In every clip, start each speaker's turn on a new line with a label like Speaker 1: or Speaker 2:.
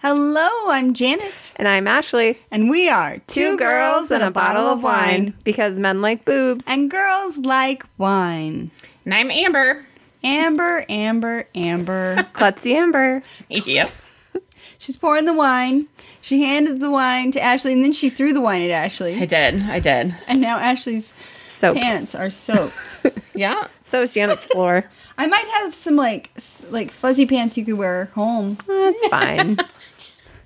Speaker 1: Hello, I'm Janet,
Speaker 2: And I'm Ashley.
Speaker 1: and we are Two,
Speaker 2: Because men like boobs.
Speaker 1: and girls like wine.
Speaker 3: And I'm Amber.
Speaker 1: Amber, Amber, Amber.
Speaker 2: Klutzy Amber.
Speaker 3: Yes.
Speaker 1: She's pouring the wine. She handed the wine to Ashley, and then she threw the wine at
Speaker 3: I
Speaker 1: Ashley.
Speaker 3: did. I did.
Speaker 1: And now Ashley's
Speaker 2: Soaked.
Speaker 1: pants are soaked.
Speaker 3: Yeah.
Speaker 2: So is Janet's floor.
Speaker 1: I might have some like s- like fuzzy pants you could wear home.
Speaker 2: That's fine.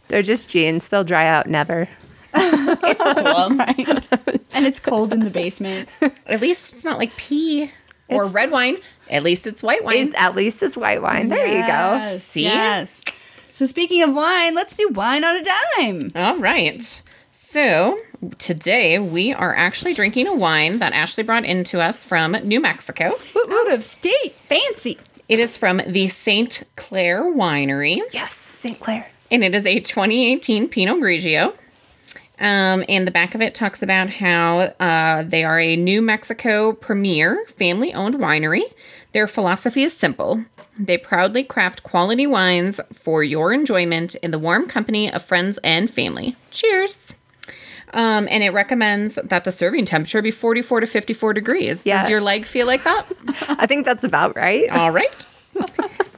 Speaker 2: They're just jeans. They'll dry out never.
Speaker 3: Cool.
Speaker 1: Right. and it's cold in the basement.
Speaker 3: At least it's not like pee or
Speaker 2: It's-
Speaker 3: red wine. At least it's white wine.
Speaker 2: It, at least it's white wine. There you
Speaker 1: Yes,
Speaker 3: See?
Speaker 1: Yes. So speaking of wine, let's do wine on a dime.
Speaker 3: All right. So today we are actually drinking a wine that Ashley brought in to us from New Mexico.
Speaker 1: Out of state, fancy.
Speaker 3: It is from the St. Clair Winery,
Speaker 2: go. Yes, St. Clair.
Speaker 3: and it is a 2018 Pinot Grigio. Um, and the back of it talks about how uh, they are a New Mexico premier family owned winery. Their philosophy is simple they proudly craft quality wines for your enjoyment in the warm company of friends and family. Cheers! Um, and it recommends that the serving temperature be 44 to 54 degrees.
Speaker 2: Yeah.
Speaker 3: Does your leg feel like that?
Speaker 2: I think that's about right.
Speaker 3: All right.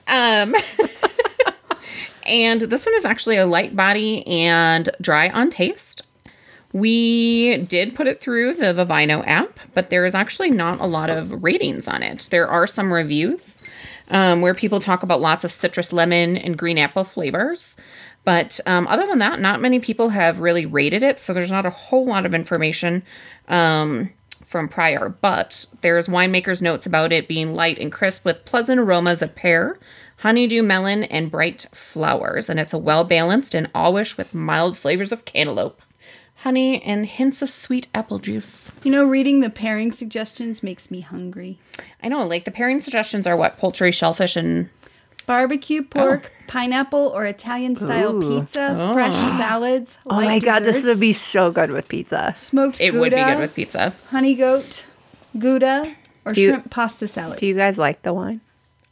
Speaker 3: um, and this one is actually a light body and dry on taste. We did put it through the Vivino app, but there is actually not a lot of ratings on it. There are some reviews um, where people talk about lots of citrus, lemon, and green apple flavors. But um, other than that, not many people have really rated it, so there's not a whole lot of information um, from prior, but there's winemaker's notes about it being light and crisp with pleasant aromas of pear, honeydew melon, and bright flowers. And it's a well balanced and awish with mild flavors of cantaloupe, honey, and hints of sweet apple juice.
Speaker 1: You know, reading the pairing suggestions makes me hungry.
Speaker 3: I know, like the pairing suggestions are what poultry, shellfish, and
Speaker 1: Barbecue, pork, pineapple, or Italian style pizza, fresh salads.
Speaker 2: Oh. Oh my god, this would be so good with pizza.
Speaker 1: smoked.
Speaker 3: it would be
Speaker 1: Gouda.
Speaker 3: good with pizza.
Speaker 1: honey goat, gouda, or
Speaker 2: you-
Speaker 1: shrimp pasta salad.
Speaker 2: Do you guys like the wine?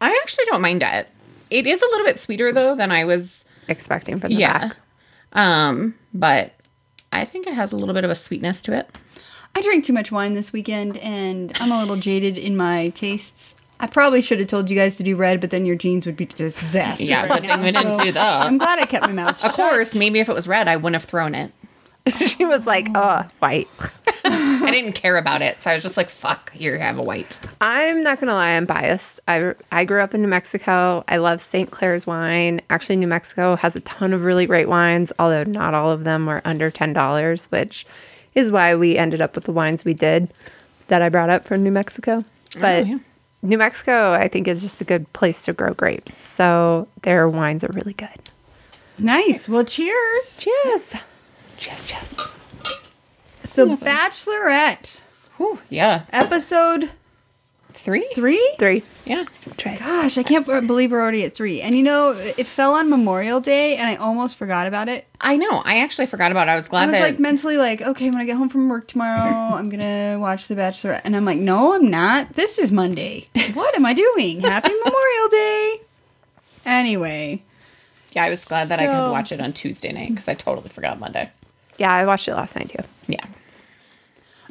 Speaker 3: I actually don't mind it. It is a little bit sweeter though than I was
Speaker 2: Expecting from the
Speaker 3: Yeah.
Speaker 2: back.
Speaker 3: um, but I think it has a little bit of a sweetness to it.
Speaker 1: I drank too much wine this weekend, and I'm a little jaded in my tastes. I probably should have told you guys to do red, but then your jeans would be a disaster.
Speaker 3: Yeah,
Speaker 1: right
Speaker 3: good
Speaker 1: now,
Speaker 3: thing we didn't
Speaker 1: so
Speaker 3: do that.
Speaker 1: I'm glad I kept my mouth shut.
Speaker 3: Of course, maybe if it was red, I wouldn't have thrown it.
Speaker 2: she was like, oh, white.
Speaker 3: I didn't care about it, so I was just like, "Fuck, you have a white."
Speaker 2: I'm not gonna lie, I'm biased. I I grew up in New Mexico. I love St. Clair's wine. Actually, New Mexico has a ton of really great wines, although not all of them were under ten dollars, which is why we ended up with the wines we did that I brought up from New Mexico. But
Speaker 3: yeah.
Speaker 2: New Mexico, I think, is just a good place to grow grapes. So their wines are really good.
Speaker 1: Nice. Well, cheers.
Speaker 2: Cheers. Cheers, cheers.
Speaker 1: So, Bachelorette,
Speaker 3: Whew, yeah,
Speaker 1: episode
Speaker 3: three,
Speaker 1: three?
Speaker 2: Three.
Speaker 3: yeah.
Speaker 2: Tres.
Speaker 1: Gosh, I can't believe we're already at three. And you know, it fell on Memorial Day, and I almost forgot about it.
Speaker 3: I know. I actually forgot about. it. I was glad
Speaker 1: I was
Speaker 3: that
Speaker 1: like mentally like, okay, when I get home from work tomorrow, I'm gonna watch The Bachelorette, and I'm like, no, I'm not. This is Monday. What am I doing? Happy Memorial Day. Anyway,
Speaker 3: yeah, I was glad that I
Speaker 1: so-
Speaker 3: could watch it on Tuesday night because I totally forgot Monday.
Speaker 2: Yeah, I watched it last night too.
Speaker 3: Yeah,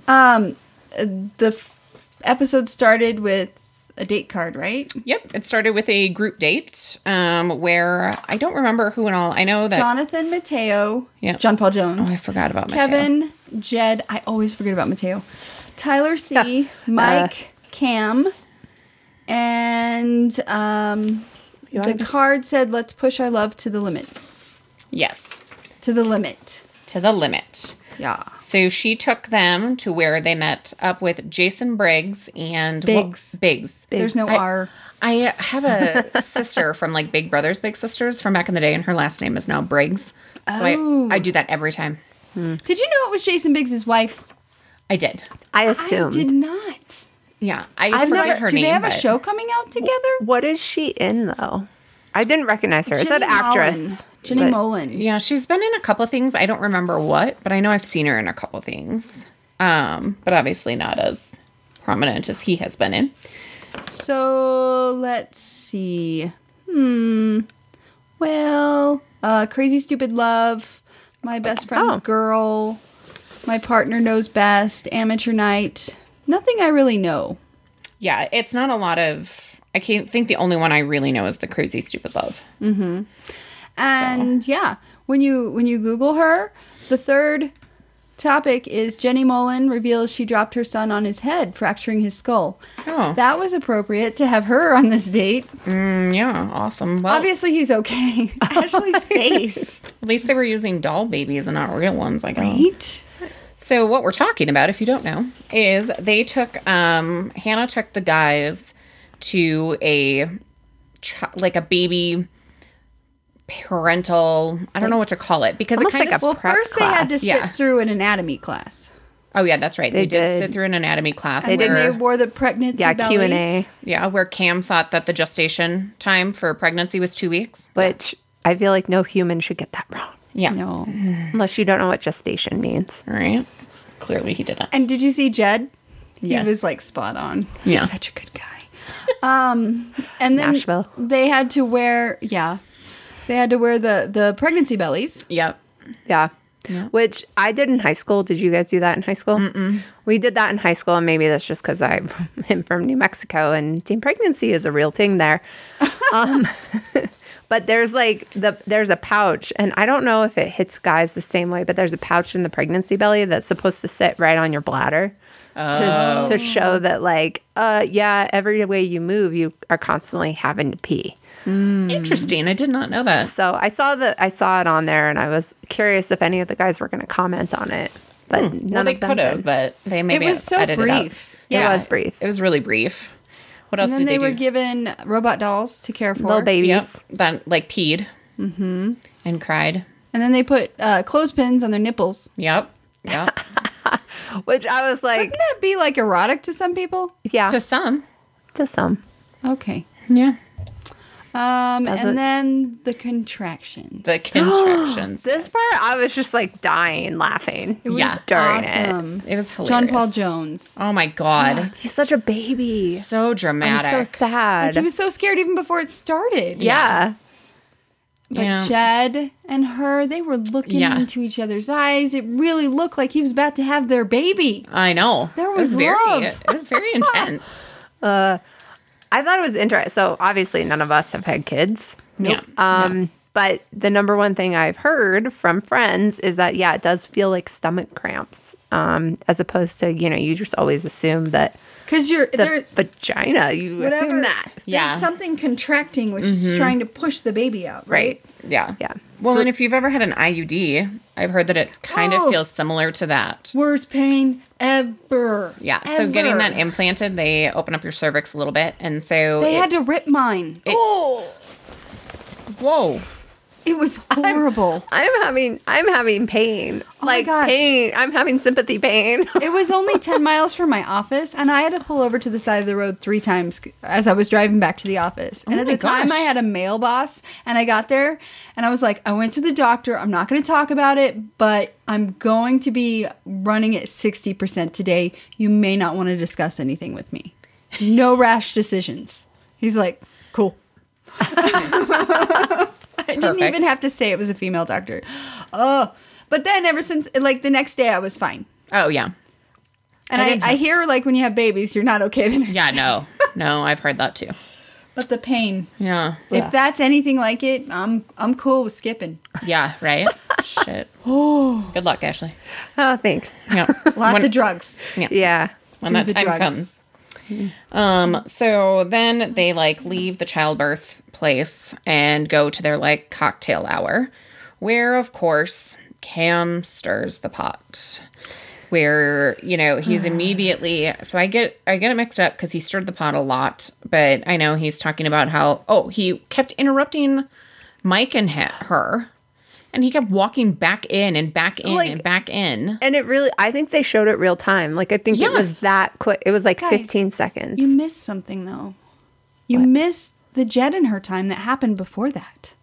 Speaker 1: um, uh, the f- episode started with a date card, right?
Speaker 3: yep. It started with a group date, um, where I don't remember who and all. I know that
Speaker 1: Jonathan Mateo,
Speaker 3: Yeah.
Speaker 1: John Paul Jones.
Speaker 3: Oh, I forgot about Mateo.
Speaker 1: Kevin, Jed. I always forget about Mateo. Tyler C, Mike,
Speaker 3: Uh,
Speaker 1: Cam, and um,
Speaker 2: You
Speaker 1: the
Speaker 2: wanna-
Speaker 1: card said, "Let's push our love to the limits,
Speaker 3: Yes,
Speaker 1: to the limit."
Speaker 3: to the limit.
Speaker 1: Yeah,
Speaker 3: So she took them to where they met up with Jason Briggs and
Speaker 1: Biggs.
Speaker 3: Biggs.
Speaker 1: there's no
Speaker 3: I-
Speaker 1: R.
Speaker 3: I have a sister from like Big Brothers, Big Sisters from back in the day, and her last name is now Briggs. So I,
Speaker 1: Oh.
Speaker 3: I do that every time.
Speaker 1: Did you know it was Jason Biggs' wife?
Speaker 3: I did.
Speaker 1: I
Speaker 2: I
Speaker 1: did
Speaker 2: assumed.
Speaker 1: not.
Speaker 3: Yeah. I
Speaker 2: I've
Speaker 3: forget
Speaker 2: never-
Speaker 3: her
Speaker 1: do
Speaker 3: name.
Speaker 1: they have a
Speaker 3: but-
Speaker 1: show coming out together?
Speaker 2: What is she in though? I didn't recognize her. Is that
Speaker 1: Jenny
Speaker 2: actress?
Speaker 1: Mollen. Jenny
Speaker 2: But-
Speaker 1: Molin.
Speaker 3: Yeah, she's been in a couple things. I don't remember what, but I know I've seen her in a couple things. Um, but obviously not as prominent as he has been in.
Speaker 1: So let's see. Hmm. Well, uh, Crazy Stupid Love, My Best Friend's
Speaker 2: Oh.
Speaker 1: Girl, My Partner Knows Best, Amateur Night. Nothing I really know.
Speaker 3: Yeah, it's not a lot of. I can't think the only one I really know is the Crazy Stupid Love.
Speaker 1: And yeah, when you when you Google her, the third topic is Jenny Mullen reveals she dropped her son on his head, fracturing his skull.
Speaker 3: Oh.
Speaker 1: That was appropriate to have her on this date.
Speaker 3: Mm, yeah, awesome. Well,
Speaker 1: Obviously, he's okay. Ashley's face,
Speaker 3: at least they were using doll babies and not real ones, I guess.
Speaker 1: right?
Speaker 3: So what we're talking about, if you don't know, is they took um Hannah took the guys to a ch- like a baby parental. I don't know what to call it because it
Speaker 2: Almost
Speaker 3: kind
Speaker 2: like
Speaker 3: of.
Speaker 2: a
Speaker 1: Well,
Speaker 2: prep
Speaker 1: first they had to
Speaker 2: class.
Speaker 1: sit
Speaker 3: Yeah.
Speaker 1: through an anatomy class.
Speaker 3: oh yeah, that's right. They, did,
Speaker 2: did.
Speaker 3: sit through an anatomy class.
Speaker 1: They
Speaker 3: where,
Speaker 1: when they wore the pregnancy
Speaker 2: Yeah,
Speaker 1: bellies.
Speaker 2: Q and A,
Speaker 3: yeah, where Cam thought that the gestation time for pregnancy was two weeks.
Speaker 2: which I feel like no human should get that wrong
Speaker 3: Yeah,
Speaker 1: No.
Speaker 2: unless you don't know what gestation means.
Speaker 3: all right. Clearly, he did that.
Speaker 1: And did you see Jed?
Speaker 3: Yes.
Speaker 1: He was like spot on.
Speaker 3: Yeah.
Speaker 1: He's such a good guy. Um, and then
Speaker 2: Nashville.
Speaker 1: they had to wear, yeah, they had to wear the, the pregnancy bellies.
Speaker 3: Yep.
Speaker 2: Yeah. Which I did in high school. Did you guys do that in high school? We did that in high school, and maybe that's just because I am from New Mexico and teen pregnancy is a real thing there. um, but there's like the there's a pouch, and I don't know if it hits guys the same way, but there's a pouch in the pregnancy belly that's supposed to sit right on your bladder to to show that like uh yeah, every way you move, you are constantly having to pee. Hmm.
Speaker 3: Interesting. I did not know that.
Speaker 2: So I saw the I saw it on there, and I was curious if any of the guys were going to comment on it, but none
Speaker 3: Well, they
Speaker 2: of them
Speaker 3: could have,
Speaker 2: did.
Speaker 3: but they maybe
Speaker 1: was so
Speaker 3: edited out.
Speaker 1: brief.
Speaker 2: It was brief.
Speaker 3: It was really brief. What else
Speaker 1: And then
Speaker 3: did
Speaker 1: they,
Speaker 3: they,
Speaker 1: were
Speaker 3: do?
Speaker 1: given robot dolls to care for.
Speaker 2: Little babies.
Speaker 3: Yep, that like peed and cried.
Speaker 1: And then they put uh, clothespins on their nipples.
Speaker 3: Yep, yep.
Speaker 2: Which I was like,
Speaker 1: Wouldn't that be like erotic to some people?
Speaker 2: yeah,
Speaker 3: to some,
Speaker 2: to some.
Speaker 1: Okay.
Speaker 3: yeah.
Speaker 1: Um,
Speaker 2: Doesn't-
Speaker 1: and then the contractions.
Speaker 3: The contractions.
Speaker 2: This part, I was just like dying laughing.
Speaker 1: it was
Speaker 3: yeah,
Speaker 2: during it.
Speaker 1: awesome.
Speaker 3: it was hilarious.
Speaker 1: John Paul Jones.
Speaker 3: Oh my god,
Speaker 2: He's such a baby.
Speaker 3: so
Speaker 2: I'm
Speaker 3: dramatic.
Speaker 2: so sad.
Speaker 3: Oh
Speaker 1: Like he was so scared even before it started.
Speaker 2: yeah.
Speaker 1: But
Speaker 3: Yeah.
Speaker 1: Jed and her, they were looking
Speaker 3: Yeah.
Speaker 1: into each other's eyes. It really looked like he was about to have their baby.
Speaker 3: I know.
Speaker 1: There
Speaker 3: It
Speaker 1: was
Speaker 3: very.
Speaker 1: love.
Speaker 3: It was very intense.
Speaker 2: Uh, I thought it was interesting. So obviously, none of us have had kids.
Speaker 3: Yeah.
Speaker 2: Um, But the number one thing I've heard from friends is that, yeah, it does feel like stomach cramps, um, as opposed to, you know, you just always assume that
Speaker 1: Because you're
Speaker 2: the
Speaker 1: there,
Speaker 2: vagina, you assume
Speaker 1: whatever.
Speaker 2: that.
Speaker 3: Yeah. Mm-hmm.
Speaker 1: There's something contracting, which is trying to push the baby out, right?
Speaker 3: yeah.
Speaker 2: Yeah.
Speaker 3: Well, and if you've ever had an IUD, I've heard that it kind
Speaker 1: Oh.
Speaker 3: of feels similar to that.
Speaker 1: Worst pain ever.
Speaker 3: Yeah. So getting
Speaker 1: Ever.
Speaker 3: that implanted, they open up your cervix a little bit, and so
Speaker 1: They
Speaker 3: it-
Speaker 1: had to rip mine. oh,
Speaker 3: whoa.
Speaker 1: it was horrible.
Speaker 2: I'm having I'm having pain.
Speaker 1: my
Speaker 2: like
Speaker 1: gosh.
Speaker 2: pain. I'm having sympathy pain.
Speaker 1: It was only 10 miles from my office, and I had to pull over to the side of the road three times as I was driving back to the office. And at
Speaker 3: Oh my
Speaker 1: the time,
Speaker 3: gosh.
Speaker 1: I had a male boss, and I got there, and I was like, I went to the doctor. I'm not going to talk about it, but I'm going to be running at 60% today. You may not want to discuss anything with me. No rash decisions. He's like, cool. I didn't even
Speaker 3: Perfect.
Speaker 1: have to say it was a female doctor. Oh, but then ever since, like the next day, I was fine.
Speaker 3: Oh yeah.
Speaker 1: And
Speaker 3: I
Speaker 1: I,
Speaker 3: didn't
Speaker 1: I, hear like when you have babies, you're not okay. The next
Speaker 3: Yeah, no. No, I've heard that too.
Speaker 1: But the pain.
Speaker 3: Yeah.
Speaker 1: If that's anything like it, I'm I'm cool with skipping.
Speaker 3: Yeah, right? Shit. Good luck, Ashley.
Speaker 2: oh, thanks.
Speaker 3: Yeah.
Speaker 1: Lots
Speaker 3: when,
Speaker 1: of drugs.
Speaker 2: Yeah.
Speaker 3: when
Speaker 1: do
Speaker 3: that
Speaker 1: the
Speaker 3: time
Speaker 1: drugs.
Speaker 3: comes. Um, so then they like leave the childbirth place and go to their like cocktail hour, where of course Cam stirs the pot. Where, you know, he's immediately so I get I get it mixed up because he stirred the pot a lot, but I know he's talking about how oh, he kept interrupting Mike and he- her. And he kept walking back in and back in
Speaker 2: Like-
Speaker 3: and back in.
Speaker 2: And it really, I think they showed it real time. Like I think
Speaker 3: Yeah.
Speaker 2: it was that quick. It was like
Speaker 1: Guys,
Speaker 2: 15 seconds.
Speaker 1: You missed something though. You missed the Jed and her time that happened before that,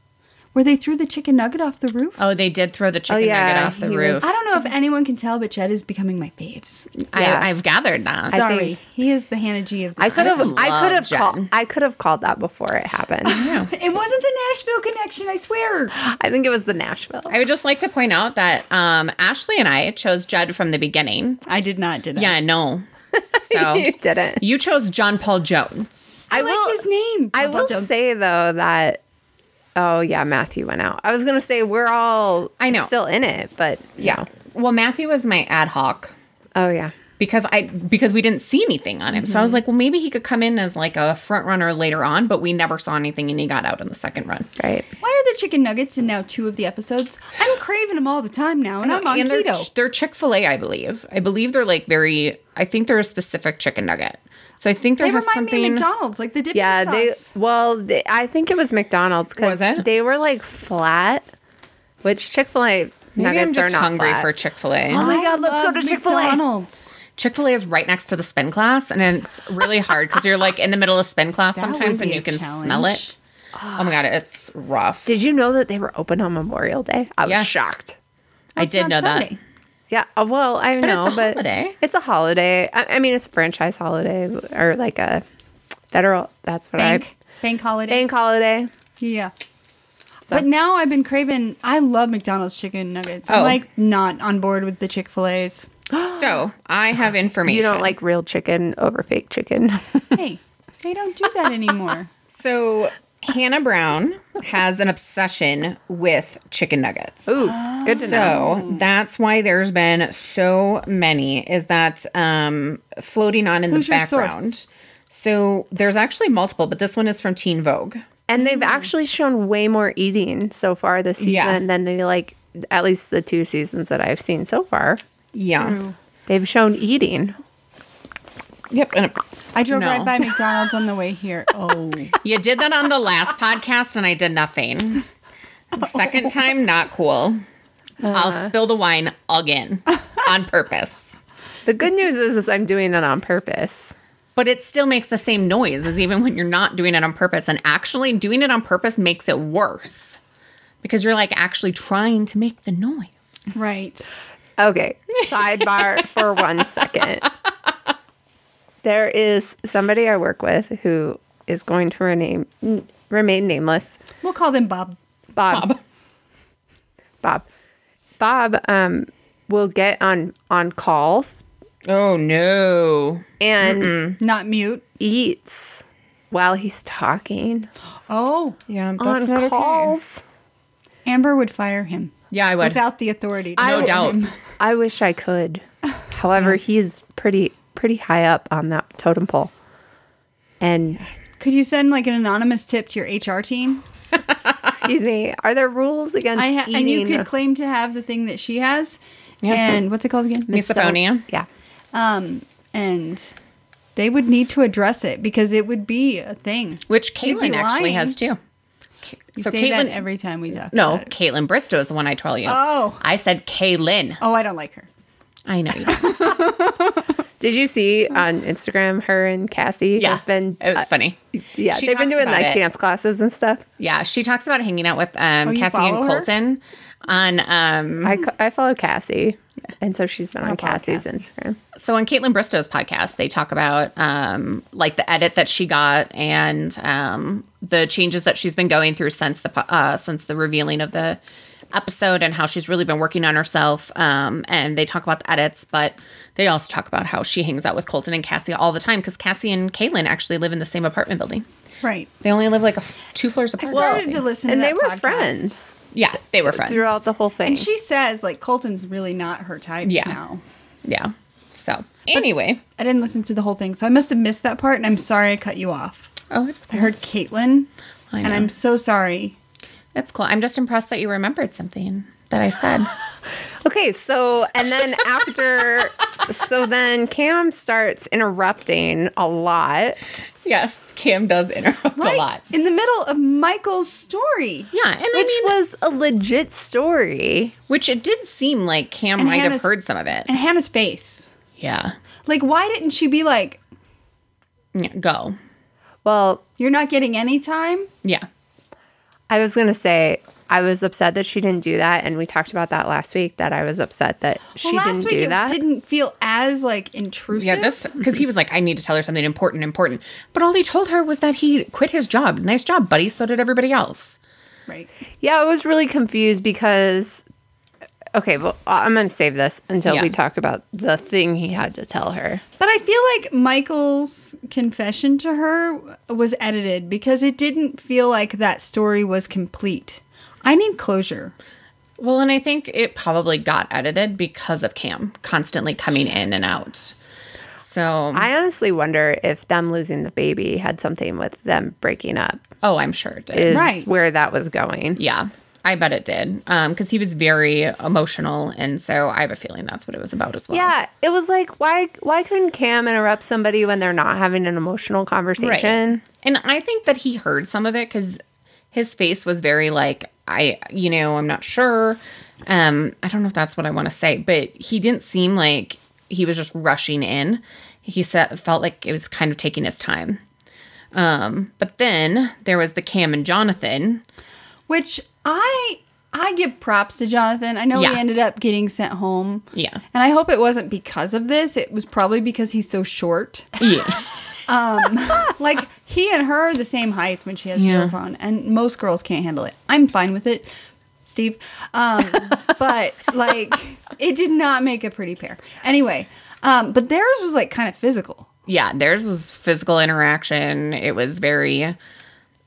Speaker 1: where they threw the chicken nugget off the roof.
Speaker 3: Oh, they did throw the chicken
Speaker 2: yeah,
Speaker 3: nugget off the
Speaker 2: he
Speaker 3: roof.
Speaker 2: was-
Speaker 1: I don't know if anyone can tell, but Jed is becoming my faves.
Speaker 2: Yeah.
Speaker 3: I, I've gathered that.
Speaker 1: Sorry,
Speaker 2: think-
Speaker 1: he is the Hannah G of this.
Speaker 2: I could have, I could have
Speaker 3: love
Speaker 2: called,
Speaker 3: Jen.
Speaker 2: I could have called that before it happened.
Speaker 1: it wasn't the Nashville connection, I swear.
Speaker 2: I think it was the Nashville.
Speaker 3: I would just like to point out that um, Ashley and I chose Judd from the beginning.
Speaker 1: I did not, did I?
Speaker 3: Yeah, no. So
Speaker 2: you didn't.
Speaker 3: you chose John Paul Jones.
Speaker 1: I, like his name.
Speaker 2: I
Speaker 1: Papa
Speaker 2: will
Speaker 1: Jones.
Speaker 2: say though that, oh yeah, Matthew went out. I was gonna say we're all,
Speaker 3: I know.
Speaker 2: still in it, but yeah.
Speaker 3: Well, Matthew was my ad hoc
Speaker 2: Oh yeah.
Speaker 3: because I because we didn't see anything on him. So I
Speaker 2: Mm-hmm.
Speaker 3: was like, well, maybe he could come in as like a front runner later on, but we never saw anything, and he got out in the second run.
Speaker 2: Right.
Speaker 1: Why are there chicken nuggets in now two of the episodes? I'm craving them all the time now, and I'm on
Speaker 3: And they're,
Speaker 1: keto.
Speaker 3: they're Chick Fil A, I believe. I believe they're like very. I think they're a specific chicken nugget. So I think there
Speaker 1: They
Speaker 3: was
Speaker 1: remind
Speaker 3: something.
Speaker 1: me of McDonald's, like the dipping
Speaker 2: Yeah. They
Speaker 1: sauce.
Speaker 2: well, they, I think it was McDonald's
Speaker 3: Was
Speaker 2: because
Speaker 3: it?
Speaker 2: they were like flat, which Chick Fil A
Speaker 3: Maybe
Speaker 2: nuggets
Speaker 3: I'm just
Speaker 2: are not
Speaker 3: hungry
Speaker 2: flat.
Speaker 3: for Chick Fil A.
Speaker 2: Oh my God, let's go
Speaker 1: love
Speaker 2: to Chick-fil-A.
Speaker 1: McDonald's.
Speaker 3: Chick Fil A is right next to the spin class, and it's really hard because you're like in the middle of spin class
Speaker 1: That would
Speaker 3: sometimes, and
Speaker 1: be
Speaker 3: you
Speaker 1: a
Speaker 3: can
Speaker 1: challenge.
Speaker 3: smell it. Oh my god, it's rough.
Speaker 2: Did you know that they were open on Memorial Day? I was
Speaker 3: Yes.
Speaker 2: shocked.
Speaker 3: I
Speaker 1: It's
Speaker 3: did
Speaker 1: on
Speaker 3: know
Speaker 1: Sunday.
Speaker 3: that.
Speaker 2: Yeah, uh, well, I
Speaker 3: But it's
Speaker 2: know,
Speaker 3: a
Speaker 2: but
Speaker 3: holiday.
Speaker 2: it's a holiday. I, I mean, it's a franchise holiday or like a federal. That's what
Speaker 1: Bank,
Speaker 2: I
Speaker 1: bank holiday.
Speaker 2: bank holiday.
Speaker 1: Yeah. But now I've been craving. I love McDonald's chicken nuggets. I'm
Speaker 3: Oh.
Speaker 1: like not on board with the Chick Fil A's.
Speaker 3: So I have information.
Speaker 2: You don't like real chicken over fake chicken.
Speaker 1: hey, they don't do that anymore.
Speaker 3: So Hannah Brown has an obsession with chicken nuggets.
Speaker 2: Ooh, good to know.
Speaker 3: So that's why there's been so many is that um floating on in
Speaker 1: Who's
Speaker 3: the
Speaker 1: your source?
Speaker 3: background. So there's actually multiple, but this one is from Teen Vogue.
Speaker 2: And they've actually shown way more eating so far this season
Speaker 3: Yeah.
Speaker 2: than they like at least the two seasons that I've seen so far.
Speaker 3: Yeah.
Speaker 2: They've shown eating.
Speaker 3: Yep. And
Speaker 1: I drove
Speaker 3: No.
Speaker 1: right by McDonald's on the way here. Oh,
Speaker 3: You did that on the last podcast, and I did nothing. Second time, not cool.
Speaker 1: Uh-huh.
Speaker 3: I'll spill the wine again on purpose.
Speaker 2: The good news is, is I'm doing it on purpose.
Speaker 3: But it still makes the same noise as even when you're not doing it on purpose. And actually, doing it on purpose makes it worse because you're like actually trying to make the noise.
Speaker 1: right.
Speaker 2: Okay, sidebar for one second. There is somebody I work with who is going to rename, n- remain nameless.
Speaker 1: We'll call them Bob.
Speaker 2: Bob. Bob. Bob. um, will get on on calls
Speaker 3: Oh, no.
Speaker 2: and
Speaker 1: Not mute.
Speaker 2: eats while he's talking
Speaker 1: Oh,
Speaker 3: Yeah,
Speaker 2: on calls.
Speaker 1: Amber would fire him
Speaker 3: Yeah, I would.
Speaker 1: without the authority. to
Speaker 2: I-
Speaker 1: fire
Speaker 3: no doubt.
Speaker 1: him.
Speaker 2: I wish I could. However, he's pretty pretty high up on that totem pole. And
Speaker 1: Could you send like an anonymous tip to your HR team?
Speaker 2: excuse me, are there rules against
Speaker 1: I ha-
Speaker 2: eating?
Speaker 1: and you could claim to have the thing that she has. And what's it called again?
Speaker 3: Misophonia.
Speaker 2: yeah.
Speaker 1: Um, and they would need to address it because it would be a thing.
Speaker 3: Which
Speaker 1: You'd be
Speaker 3: Caitlin actually
Speaker 1: lying.
Speaker 3: has too.
Speaker 1: You
Speaker 3: So
Speaker 1: say that
Speaker 3: Caitlyn-
Speaker 1: every time we talk.
Speaker 3: No,
Speaker 1: about it.
Speaker 3: Caitlin Bristow is the one I tell you.
Speaker 1: Oh.
Speaker 3: I said Caitlin.
Speaker 1: Oh, I don't like her.
Speaker 3: I know you don't.
Speaker 2: Did you see on Instagram her and Cassie
Speaker 3: Yeah.
Speaker 2: have been
Speaker 3: it was
Speaker 2: uh,
Speaker 3: funny.
Speaker 2: yeah,
Speaker 3: She
Speaker 2: they've been
Speaker 3: talks
Speaker 2: doing
Speaker 3: about
Speaker 2: like
Speaker 3: it.
Speaker 2: dance classes and stuff.
Speaker 3: Yeah, she talks about hanging out with um,
Speaker 1: Oh, you
Speaker 3: Cassie and
Speaker 1: follow her?
Speaker 3: Colton on. Um,
Speaker 2: I, ca- I follow Cassie, and so she's been on
Speaker 1: Mm-hmm. follow
Speaker 2: Cassie's
Speaker 1: Cassie.
Speaker 2: Instagram.
Speaker 3: so on Caitlin Bristow's podcast, they talk about um, like the edit that she got and um, the changes that she's been going through since the po- uh, since the revealing of the episode and how she's really been working on herself. Um, and they talk about the edits, but they also talk about how she hangs out with Colton and Cassie all the time because Cassie and Caitlin actually live in the same apartment building.
Speaker 1: Right.
Speaker 3: They only live like a f- two floors apart.
Speaker 1: started to listen to
Speaker 2: and they
Speaker 1: that
Speaker 2: were
Speaker 1: podcast.
Speaker 2: friends
Speaker 3: yeah, they were friends
Speaker 2: throughout the whole thing.
Speaker 1: And she says like Colton's really not her type
Speaker 3: Yeah.
Speaker 1: now.
Speaker 3: Yeah. So anyway.
Speaker 1: I didn't listen to the whole thing, so I must have missed that part, and I'm sorry I cut you off.
Speaker 3: Oh, it's
Speaker 1: I heard Caitlin,
Speaker 3: I
Speaker 1: and
Speaker 3: know.
Speaker 1: I'm so sorry.
Speaker 3: That's cool. I'm just impressed that you remembered something that I said.
Speaker 2: okay, so and then after, so then Cam starts interrupting a lot.
Speaker 3: Yes, Cam does interrupt a lot.
Speaker 1: In the middle of Michael's story.
Speaker 3: Yeah, and
Speaker 2: Which
Speaker 3: I mean,
Speaker 2: was a legit story.
Speaker 3: which it did seem like Cam
Speaker 1: And
Speaker 3: might have
Speaker 1: Hannah's-
Speaker 3: heard some of it.
Speaker 1: And Hannah's face.
Speaker 3: Yeah.
Speaker 1: Like, why didn't she be like,
Speaker 3: yeah, go.
Speaker 2: Well,
Speaker 1: you're not getting any time?
Speaker 3: Yeah,
Speaker 2: I was going to say, I was upset that she didn't do that. And we talked about that last week that I was upset that she
Speaker 1: well, last
Speaker 2: didn't
Speaker 1: week
Speaker 2: do
Speaker 1: it
Speaker 2: that.
Speaker 1: didn't feel as like intrusive.
Speaker 3: yeah. This because he was like, I need to tell her something important, important. But all he told her was that he quit his job. Nice job, buddy. So did everybody else.
Speaker 1: right.
Speaker 2: Yeah, I was really confused because. Okay, well, I- I'm going to save this until
Speaker 3: Yeah.
Speaker 2: we talk about the thing he had to tell her.
Speaker 1: But I feel like Michael's confession to her was edited because it didn't feel like that story was complete. I need closure.
Speaker 3: Well, and I think it probably got edited because of Cam constantly coming in and out. So,
Speaker 2: I honestly wonder if them losing the baby had something with them breaking up,
Speaker 3: oh, I'm sure it did.
Speaker 2: is
Speaker 1: Right.
Speaker 2: where that was going.
Speaker 3: Yeah, I bet it did. Um, because he was very emotional, and so I have a feeling that's what it was about as well.
Speaker 2: Yeah, it was like why why couldn't Cam interrupt somebody when they're not having an emotional
Speaker 3: right.
Speaker 2: conversation?
Speaker 3: And I think that he heard some of it because his face was very like, I, you know, I'm not sure. Um, I don't know if that's what I want to say, but he didn't seem like he was just rushing in. He said felt like it was kind of taking his time. Um, but then there was the Cam and Jonathan.
Speaker 1: Which I I give props to Jonathan. I know
Speaker 3: Yeah.
Speaker 1: he ended up getting sent home.
Speaker 3: Yeah.
Speaker 1: And I hope it wasn't because of this. It was probably because he's so short.
Speaker 3: Yeah.
Speaker 1: like he and her are the same height when she has
Speaker 3: Yeah.
Speaker 1: heels on, and most girls can't handle it. I'm fine with it, Steve. Um, but like, it did not make a pretty pair. Anyway, um, but theirs was like kind of physical.
Speaker 3: yeah, theirs was physical interaction. It was very,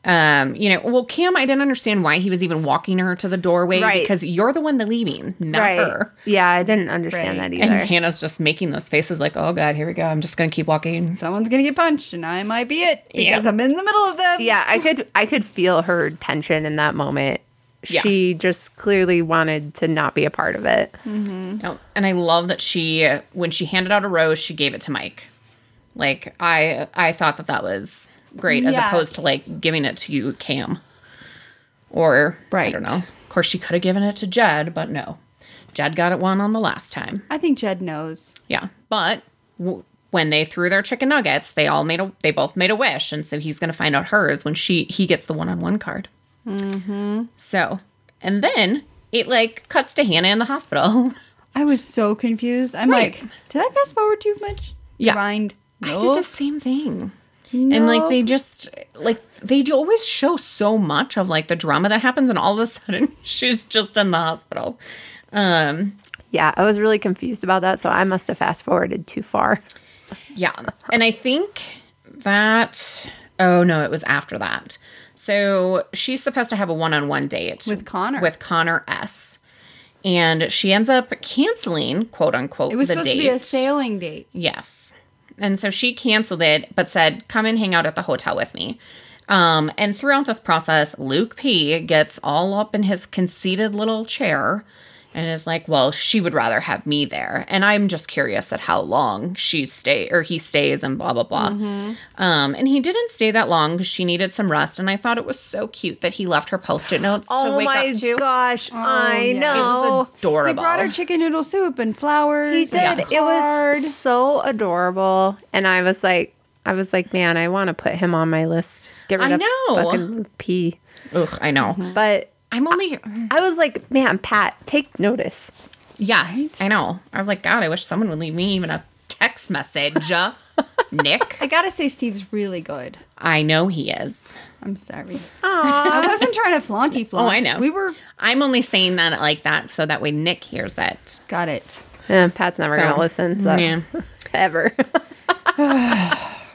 Speaker 3: um, you know, well, Cam, I didn't understand why he was even walking her to the doorway
Speaker 2: Right.
Speaker 3: because you're the one that leaving, not her.
Speaker 2: Yeah, I didn't understand
Speaker 1: Right.
Speaker 2: that
Speaker 3: And
Speaker 2: either.
Speaker 3: Hannah's just making those faces like, oh God, here we go. I'm just going to keep walking.
Speaker 1: Someone's gonna get punched, and I might be it because
Speaker 3: Yeah.
Speaker 1: I'm in the middle of them.
Speaker 2: yeah, I could I could feel her tension in that moment.
Speaker 3: Yeah.
Speaker 2: She just clearly wanted to not be a part of it.
Speaker 3: No. Oh, And I love that she, when she handed out a rose, she gave it to Mike. Like, I, I thought that that was great as opposed to
Speaker 1: Yes.
Speaker 3: like giving it to Cam or, I
Speaker 1: Right.
Speaker 3: don't know. Of course, she could have given it to Jed, but no. Jed got it one on the last time.
Speaker 1: I think Jed knows.
Speaker 3: Yeah, but w- when they threw their chicken nuggets, they all made a they both made a wish, and so he's going to find out hers when she he gets the one on one card. Mm-hmm. So, and then it like cuts to Hannah in the hospital.
Speaker 1: I was so confused. I'm
Speaker 3: Right.
Speaker 1: like, did I fast forward too much?
Speaker 3: Yeah.
Speaker 1: Rewind.
Speaker 3: I
Speaker 1: No.
Speaker 3: did the same thing. And like they just like they do always show so much of like the drama that happens, and all of a sudden she's just in the hospital. Um,
Speaker 2: Yeah, I was really confused about that, so I must have fast forwarded too far.
Speaker 3: Yeah. And I think that, oh no, it was after that. So she's supposed to have a one on one date
Speaker 1: With Connor.
Speaker 3: With Connor S. And she ends up canceling, quote unquote,
Speaker 1: It was
Speaker 3: the
Speaker 1: supposed
Speaker 3: date.
Speaker 1: to be a sailing date.
Speaker 3: Yes. And so she canceled it, but said, come and hang out at the hotel with me. Um, and throughout this process, Luke P gets all up in his conceited little chair and is like, well, she would rather have me there. And I'm just curious at how long she stay or he stays and blah, blah, blah.
Speaker 1: Mm-hmm.
Speaker 3: Um, and he didn't stay that long 'cause she needed some rest. And I thought it was so cute that he left her post-it notes
Speaker 1: Oh
Speaker 3: to wake up to.
Speaker 2: Oh
Speaker 3: Oh,
Speaker 2: gosh, I
Speaker 1: yeah.
Speaker 3: It was
Speaker 1: They
Speaker 3: adorable.
Speaker 1: brought her chicken noodle soup and flowers.
Speaker 2: He
Speaker 1: and
Speaker 2: did.
Speaker 1: a
Speaker 2: It
Speaker 1: card.
Speaker 2: was so adorable, and I was like, I was like, man, I want to put him on my list. Get rid
Speaker 3: I
Speaker 2: of
Speaker 3: know.
Speaker 2: fucking Luke P.
Speaker 3: Ugh, I know.
Speaker 1: Mm-hmm.
Speaker 2: But
Speaker 3: I'm only
Speaker 2: I was like, man, Pat, take notice.
Speaker 3: Yeah, I know. I was like, God, I wish someone would leave me even a text message, uh, Nick.
Speaker 1: I gotta say, Steve's really good.
Speaker 3: I know he is.
Speaker 1: I'm sorry. I wasn't trying to flaunty flaunt.
Speaker 3: Oh, I know.
Speaker 1: We were.
Speaker 3: I'm only saying that like that so that way Nick hears it.
Speaker 1: Got it.
Speaker 2: Eh, Pat's never
Speaker 3: So,
Speaker 2: gonna listen, so
Speaker 3: yeah.
Speaker 2: ever.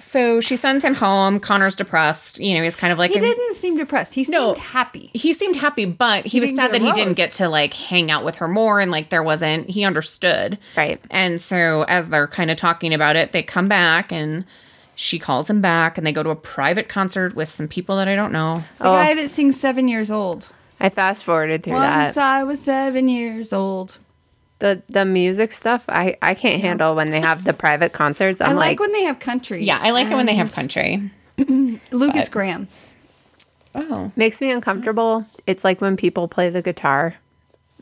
Speaker 3: So she sends him home. Connor's depressed. You know, he's kind of like
Speaker 1: He didn't seem depressed. He seemed
Speaker 3: No.
Speaker 1: happy.
Speaker 3: he seemed happy, but he, was
Speaker 1: didn't
Speaker 3: sad
Speaker 1: get
Speaker 3: that
Speaker 1: a
Speaker 3: he didn't
Speaker 1: rose.
Speaker 3: get to like hang out with her more and like there wasn't he understood.
Speaker 2: Right.
Speaker 3: And so as they're kind of talking about it, they come back and she calls him back and they go to a private concert with some people that I don't know.
Speaker 1: The
Speaker 2: Oh.
Speaker 1: guy that sings Seven Years Old.
Speaker 2: I fast forwarded through
Speaker 1: Once
Speaker 2: that.
Speaker 1: I was seven years old.
Speaker 2: The the music stuff, I I can't handle when they have the private concerts. I'm
Speaker 1: I like,
Speaker 2: like,
Speaker 1: when they have country.
Speaker 3: Yeah, I like it when they have country.
Speaker 1: Lucas Graham.
Speaker 3: Oh,
Speaker 2: Makes me uncomfortable. It's like when people play the guitar,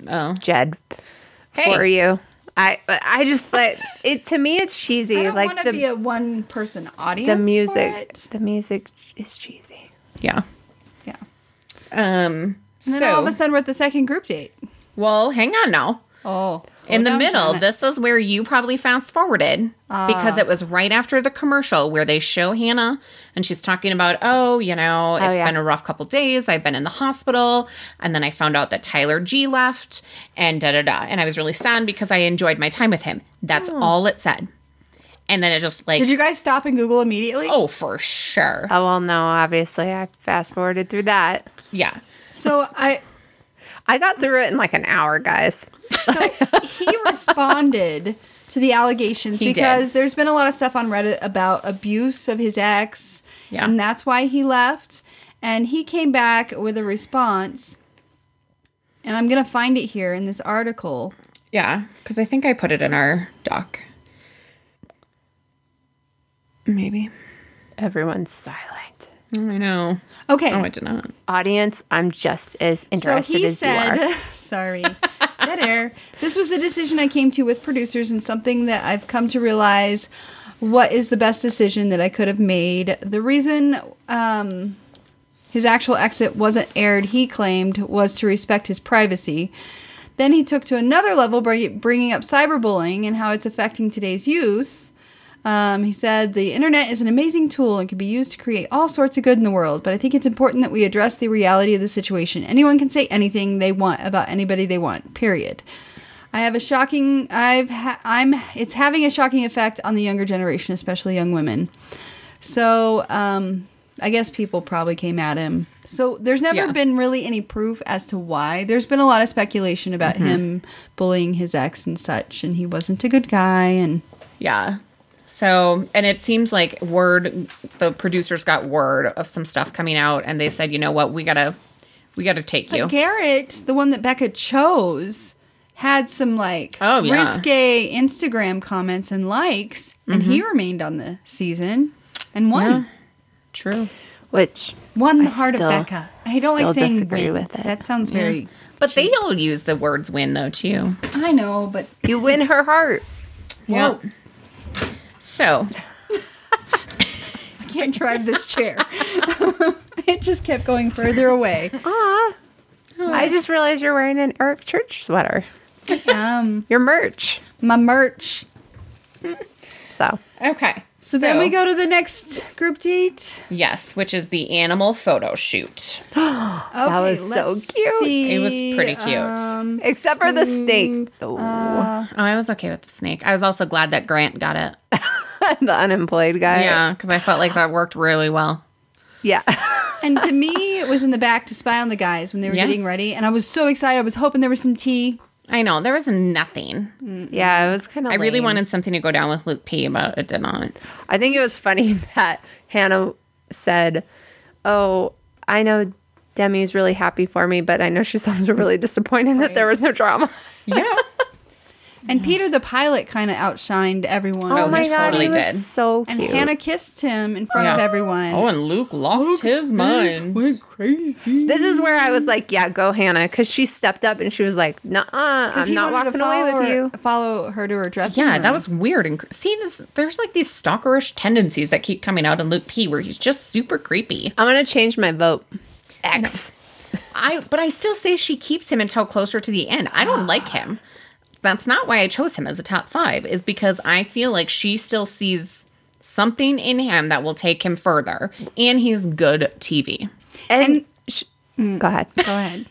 Speaker 3: oh.
Speaker 2: Jed,
Speaker 3: Hey.
Speaker 2: for you. I but I just like it to me it's
Speaker 1: I
Speaker 2: cheesy.
Speaker 1: don't
Speaker 2: Like
Speaker 1: want
Speaker 2: the
Speaker 1: to be a one person audience.
Speaker 2: the
Speaker 1: for
Speaker 2: music
Speaker 1: it.
Speaker 2: the music is cheesy.
Speaker 3: Yeah.
Speaker 1: Yeah.
Speaker 3: Um.
Speaker 1: And then
Speaker 3: so,
Speaker 1: all of a sudden we're at the second group date.
Speaker 3: well, hang on now.
Speaker 1: Oh. slow
Speaker 3: In the
Speaker 1: down,
Speaker 3: middle,
Speaker 1: Janet. Ah.
Speaker 3: this is where you probably fast forwarded because it was right after the commercial where they show Hannah and she's talking about, oh, you know, it's
Speaker 2: yeah.
Speaker 3: been a rough couple days. I've been in the hospital. And then I found out that Tyler G left and da da da. And I was really sad because I enjoyed my time with him. That's all it said. And then it just like,
Speaker 1: Hmm. Did you Uh, guys stop and Google immediately?
Speaker 3: oh, for sure.
Speaker 2: Oh well no, obviously I fast forwarded through that.
Speaker 3: yeah.
Speaker 1: So I
Speaker 2: I got through it in like an hour, guys.
Speaker 1: he responded to the allegations
Speaker 3: He did.
Speaker 1: because there's been a lot of stuff on Reddit about abuse of his ex,
Speaker 3: Yeah.
Speaker 1: and that's why he left. And he came back with a response, and I'm gonna find it here in this article.
Speaker 3: Yeah, because I think I put it in our doc. Maybe.
Speaker 2: Everyone's silent.
Speaker 3: I know.
Speaker 1: Okay,
Speaker 3: No, I did not.
Speaker 2: Audience, I'm just as interested as you are.
Speaker 1: sorry, dead air. This was a decision I came to with producers and something that I've come to realize what is the best decision that I could have made. The reason um, his actual exit wasn't aired, he claimed, was to respect his privacy. Then he took to another level, bring- bringing up cyberbullying and how it's affecting today's youth. Um, he said, The internet is an amazing tool and can be used to create all sorts of good in the world, but I think it's important that we address the reality of the situation. Anyone can say anything they want about anybody they want, period. I have a shocking, I've, ha- I'm, it's having a shocking effect on the younger generation, especially young women. So, um, I guess people probably came at him. So there's never
Speaker 3: Yeah.
Speaker 1: been really any proof as to why. There's been a lot of speculation about
Speaker 3: Mm-hmm.
Speaker 1: him bullying his ex and such, and he wasn't a good guy, and
Speaker 3: Yeah. So, and it seems like word, the producers got word of some stuff coming out and they said, you know what, we gotta, we gotta take you.
Speaker 1: But Garrett, the one that Becca chose, had some like
Speaker 3: Oh, yeah.
Speaker 1: risque Instagram comments and likes, and
Speaker 3: Mm-hmm.
Speaker 1: he remained on the season and won.
Speaker 3: True.
Speaker 2: Which
Speaker 1: Won the
Speaker 2: I
Speaker 1: heart
Speaker 2: still-
Speaker 1: of Becca. I don't like
Speaker 2: still
Speaker 1: saying
Speaker 2: disagree
Speaker 1: win.
Speaker 2: with it.
Speaker 1: That sounds very.
Speaker 3: But they all use the words win though, too.
Speaker 1: I know, but
Speaker 2: you win her heart.
Speaker 1: whoa,
Speaker 3: Yeah. So,
Speaker 1: I can't drive this chair. it just kept going further away.
Speaker 2: Aw. I just realized you're wearing an Eric Church sweater.
Speaker 1: Um,
Speaker 2: Your merch.
Speaker 1: my merch.
Speaker 2: So
Speaker 3: okay.
Speaker 1: So, then we go to the next group date.
Speaker 3: Yes, which is the animal photo shoot.
Speaker 1: Okay,
Speaker 2: That was so
Speaker 1: let's
Speaker 2: cute.
Speaker 3: It was
Speaker 1: see,
Speaker 3: pretty cute.
Speaker 1: Um,
Speaker 2: except for the snake. Oh,
Speaker 3: Oh, I was okay with the snake. I was also glad that Grant got it.
Speaker 2: the unemployed guy.
Speaker 3: Yeah, because I felt like that worked really well.
Speaker 2: Yeah.
Speaker 1: Uh, And to me, it was in the back to spy on the guys when they were
Speaker 3: Yes.
Speaker 1: getting ready. And I was so excited. I was hoping there was some tea.
Speaker 3: I know there was nothing.
Speaker 2: yeah, it was kind of
Speaker 3: I really wanted something to go down with Luke P, but it did not.
Speaker 2: I think it was funny that Hannah said, "Oh, I know Demi's really happy for me, but I know she's also really disappointed that there was no drama."
Speaker 3: Yeah,
Speaker 1: And Peter the pilot kind of outshined everyone.
Speaker 3: Oh, my he God, totally
Speaker 2: he was
Speaker 3: did.
Speaker 2: so
Speaker 1: And
Speaker 2: cute.
Speaker 1: Hannah kissed him in front of
Speaker 3: Yeah.
Speaker 1: everyone.
Speaker 3: Oh, and Luke lost his mind.
Speaker 1: crazy.
Speaker 2: this is where I was like, "Yeah, go Hannah," because she stepped up and she was like, "Nah, I'm not walking away with you."
Speaker 1: Follow her to her dressing
Speaker 3: Yeah, that
Speaker 1: room.
Speaker 3: was weird. And cr- see, this, there's like these stalkerish tendencies that keep coming out in Luke P, where he's just super creepy.
Speaker 2: I'm gonna change my vote. X.
Speaker 3: I, but I still say she keeps him until closer to the end. I don't like him. That's not why I chose him as a top five. Is because I feel like she still sees something in him that will take him further, and he's good TV.
Speaker 2: And, Mm. sh- go ahead.
Speaker 1: Go ahead.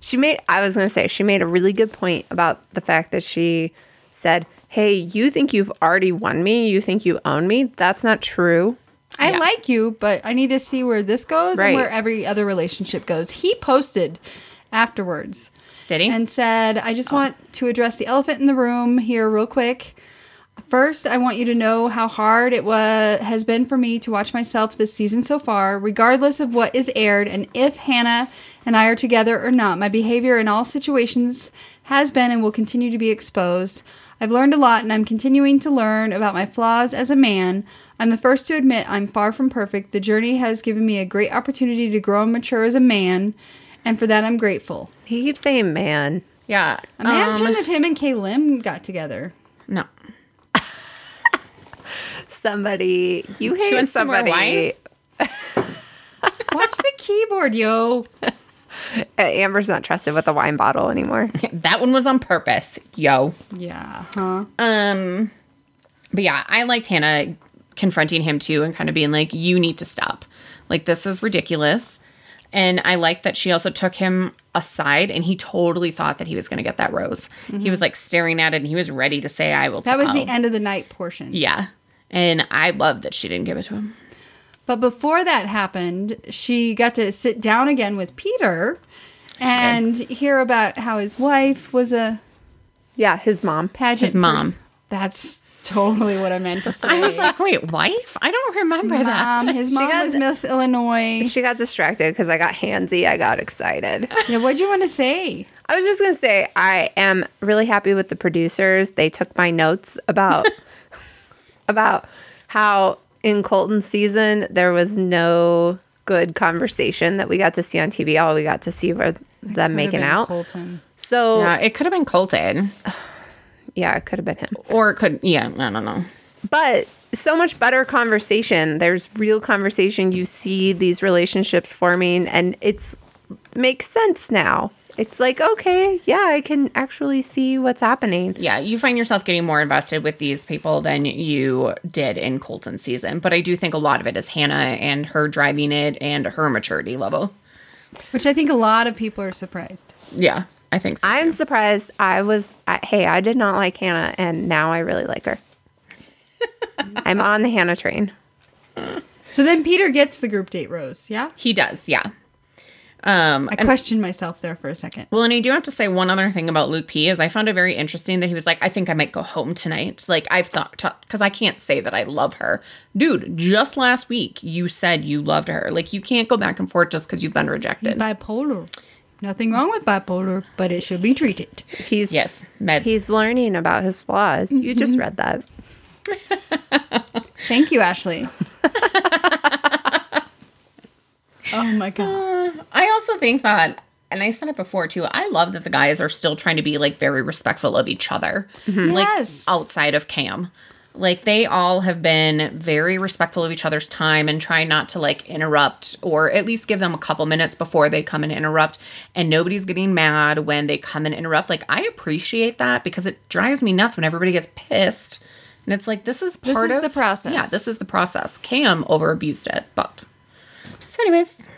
Speaker 2: She made, I was going to say, she made a really good point about the fact that she said, Hey, you think you've already won me? You think you own me? That's not true.
Speaker 1: I like you, but I need to see where this goes
Speaker 2: Right.
Speaker 1: and where every other relationship goes. He posted afterwards.
Speaker 3: Did he?
Speaker 1: And said, I just want to address the elephant in the room here, real quick. First, I want you to know how hard it was has been for me to watch myself this season so far, regardless of what is aired and if Hannah and I are together or not. My behavior in all situations has been, and will continue to be exposed. I've learned a lot, and I'm continuing to learn about my flaws as a man. I'm the first to admit I'm far from perfect. The journey has given me a great opportunity to grow and mature as a man, and for that I'm grateful.
Speaker 2: He keeps saying man.
Speaker 3: Yeah.
Speaker 1: Imagine
Speaker 3: um,
Speaker 1: if him and Kay Lim got together.
Speaker 3: no.
Speaker 2: Somebody, you
Speaker 3: She
Speaker 2: hate
Speaker 3: wants some more
Speaker 2: somebody.
Speaker 3: wine?
Speaker 1: Watch the keyboard, yo.
Speaker 2: Uh, Amber's not trusted with a wine bottle anymore.
Speaker 3: That one was on purpose. Yo.
Speaker 1: Yeah, huh?
Speaker 3: Um, but yeah, I liked Hannah confronting him too and kind of being like, you need to stop. Like, this is ridiculous. And I like that she also took him aside and he totally thought that he was going to get that rose. He was like staring at it and he was ready to say, I will
Speaker 1: That was
Speaker 3: tell."
Speaker 1: the end of the night portion.
Speaker 3: Yeah. And I love that she didn't give it to him.
Speaker 1: But before that happened, she got to sit down again with Peter and hear about how his wife was a
Speaker 2: Yeah, his mom.
Speaker 1: pageant
Speaker 3: His mom.
Speaker 1: pers- That's totally what I meant to say.
Speaker 3: I was like, wait, wife? I don't remember that.
Speaker 1: um, his mom
Speaker 2: got-
Speaker 1: was Miss Illinois.
Speaker 2: She got distracted because I got handsy. I got excited.
Speaker 1: Yeah, what'd you want to say?
Speaker 2: I was just gonna say I am really happy with the producers. They took my notes about about how in Colton season there was no good conversation that we got to see on TV. All we got to see were them making
Speaker 1: Could've been
Speaker 2: out.
Speaker 1: Colton.
Speaker 2: So yeah.
Speaker 3: Yeah, it could have been Colton
Speaker 2: it could have been him.
Speaker 3: or it could, yeah, I don't know.
Speaker 2: But so much better conversation. There's real conversation. You see these relationships forming, and it's makes sense now. It's like okay, yeah, I can actually see what's happening.
Speaker 3: yeah, you find yourself getting more invested with these people than you did in Colton season. But I do think a lot of it is Hannah and her driving it and her maturity level.
Speaker 1: Which I think a lot of people are surprised.
Speaker 3: Yeah, I think so.
Speaker 2: I'm surprised. I was, I, hey, I did not like Hannah, and now I really like her. I'm on the Hannah train.
Speaker 1: So then Peter gets the group date rose. Yeah,
Speaker 3: he does. Yeah. Um,
Speaker 1: I questioned myself there for a second.
Speaker 3: well, and I do have to say one other thing about Luke P is I found it very interesting that he was like, I think I might go home tonight. Like I've thought because I can't say that I love her, dude. Just last week you said you loved her. Like you can't go back and forth just because you've been rejected.
Speaker 1: Bipolar. Nothing wrong with bipolar, but it should be treated.
Speaker 2: He's
Speaker 3: Yes, Mm-hmm. meds.
Speaker 2: He's learning about his flaws. You just read that.
Speaker 1: Thank you, Ashley. oh my
Speaker 3: Uh,
Speaker 1: god.
Speaker 3: I also think that, and I said it before too, I love that the guys are still trying to be like very respectful of each other. hmm, Like oh.
Speaker 1: Yes.
Speaker 3: outside of Cam. Like they all have been very respectful of each other's time and try not to like interrupt or at least give them a couple minutes before they come and interrupt. And nobody's getting mad when they come and interrupt. Like I appreciate that because it drives me nuts when everybody gets pissed. And it's like this is part
Speaker 1: is
Speaker 3: of
Speaker 1: the process.
Speaker 3: Yeah, this is the process. Cam over abused it, but so anyways.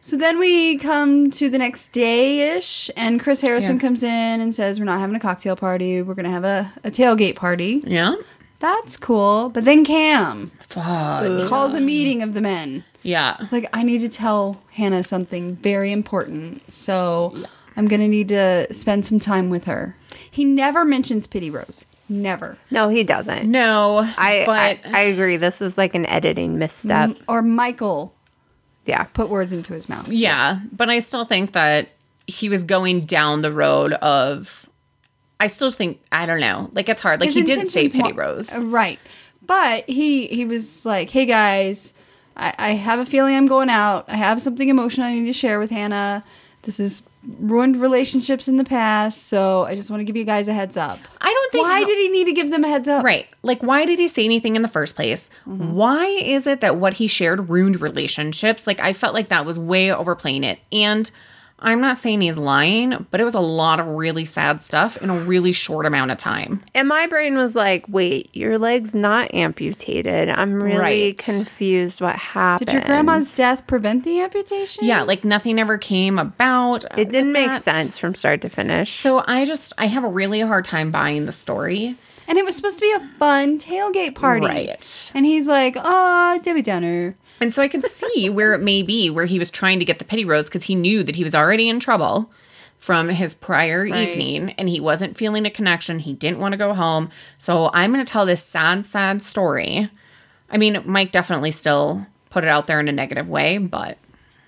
Speaker 1: So then we come to the next day ish, and Chris Harrison
Speaker 3: Yeah.
Speaker 1: comes in and says, We're not having a cocktail party. We're going to have a, a tailgate party.
Speaker 3: Yeah.
Speaker 1: That's cool. But then Cam
Speaker 3: Fuck.
Speaker 1: calls a meeting of the men.
Speaker 3: Yeah.
Speaker 1: It's like, I need to tell Hannah something very important. So I'm going to need to spend some time with her. He never mentions Pity Rose. Never.
Speaker 2: No, he doesn't.
Speaker 3: No.
Speaker 2: I,
Speaker 3: but Mm-hmm.
Speaker 2: I I agree. This was like an editing misstep.
Speaker 1: Or Michael
Speaker 2: Yeah.
Speaker 1: put words into his mouth.
Speaker 3: yeah, but I still think that he was going down the road of I still think I don't know. Like it's hard. Like he
Speaker 1: His
Speaker 3: did say
Speaker 1: intentions
Speaker 3: Petty
Speaker 1: wa-
Speaker 3: Rose.
Speaker 1: Uh, right? But he he was like, "Hey guys, I, I have a feeling I'm going out. I have something emotional I need to share with Hannah. This has ruined relationships in the past, so I just want to give you guys a heads up."
Speaker 3: I don't think
Speaker 1: Why did he need to give them a heads up?
Speaker 3: Right. Like why did he say anything in the first place?
Speaker 1: Mm-hmm.
Speaker 3: Why is it that what he shared ruined relationships? Like I felt like that was way overplaying it. And I'm not saying he's lying, but it was a lot of really sad stuff in a really short amount of time.
Speaker 2: And my brain was like, wait, your leg's not amputated. I'm really
Speaker 3: Right.
Speaker 2: confused what happened.
Speaker 1: Did your grandma's death prevent the amputation?
Speaker 3: Yeah, like nothing ever came about.
Speaker 2: It didn't make
Speaker 3: That's-
Speaker 2: sense from start to finish.
Speaker 3: So I just I have a really hard time buying the story.
Speaker 1: And it was supposed to be a fun tailgate party.
Speaker 3: Right.
Speaker 1: And he's like, "Oh, Debbie Downer."
Speaker 3: And so I can see where it may be where he was trying to get the pity rose because he knew that he was already in trouble from his prior evening and he wasn't feeling a connection. He didn't want to go home. So I'm gonna tell this sad, sad story. I mean, Mike definitely still put it out there in a negative way, but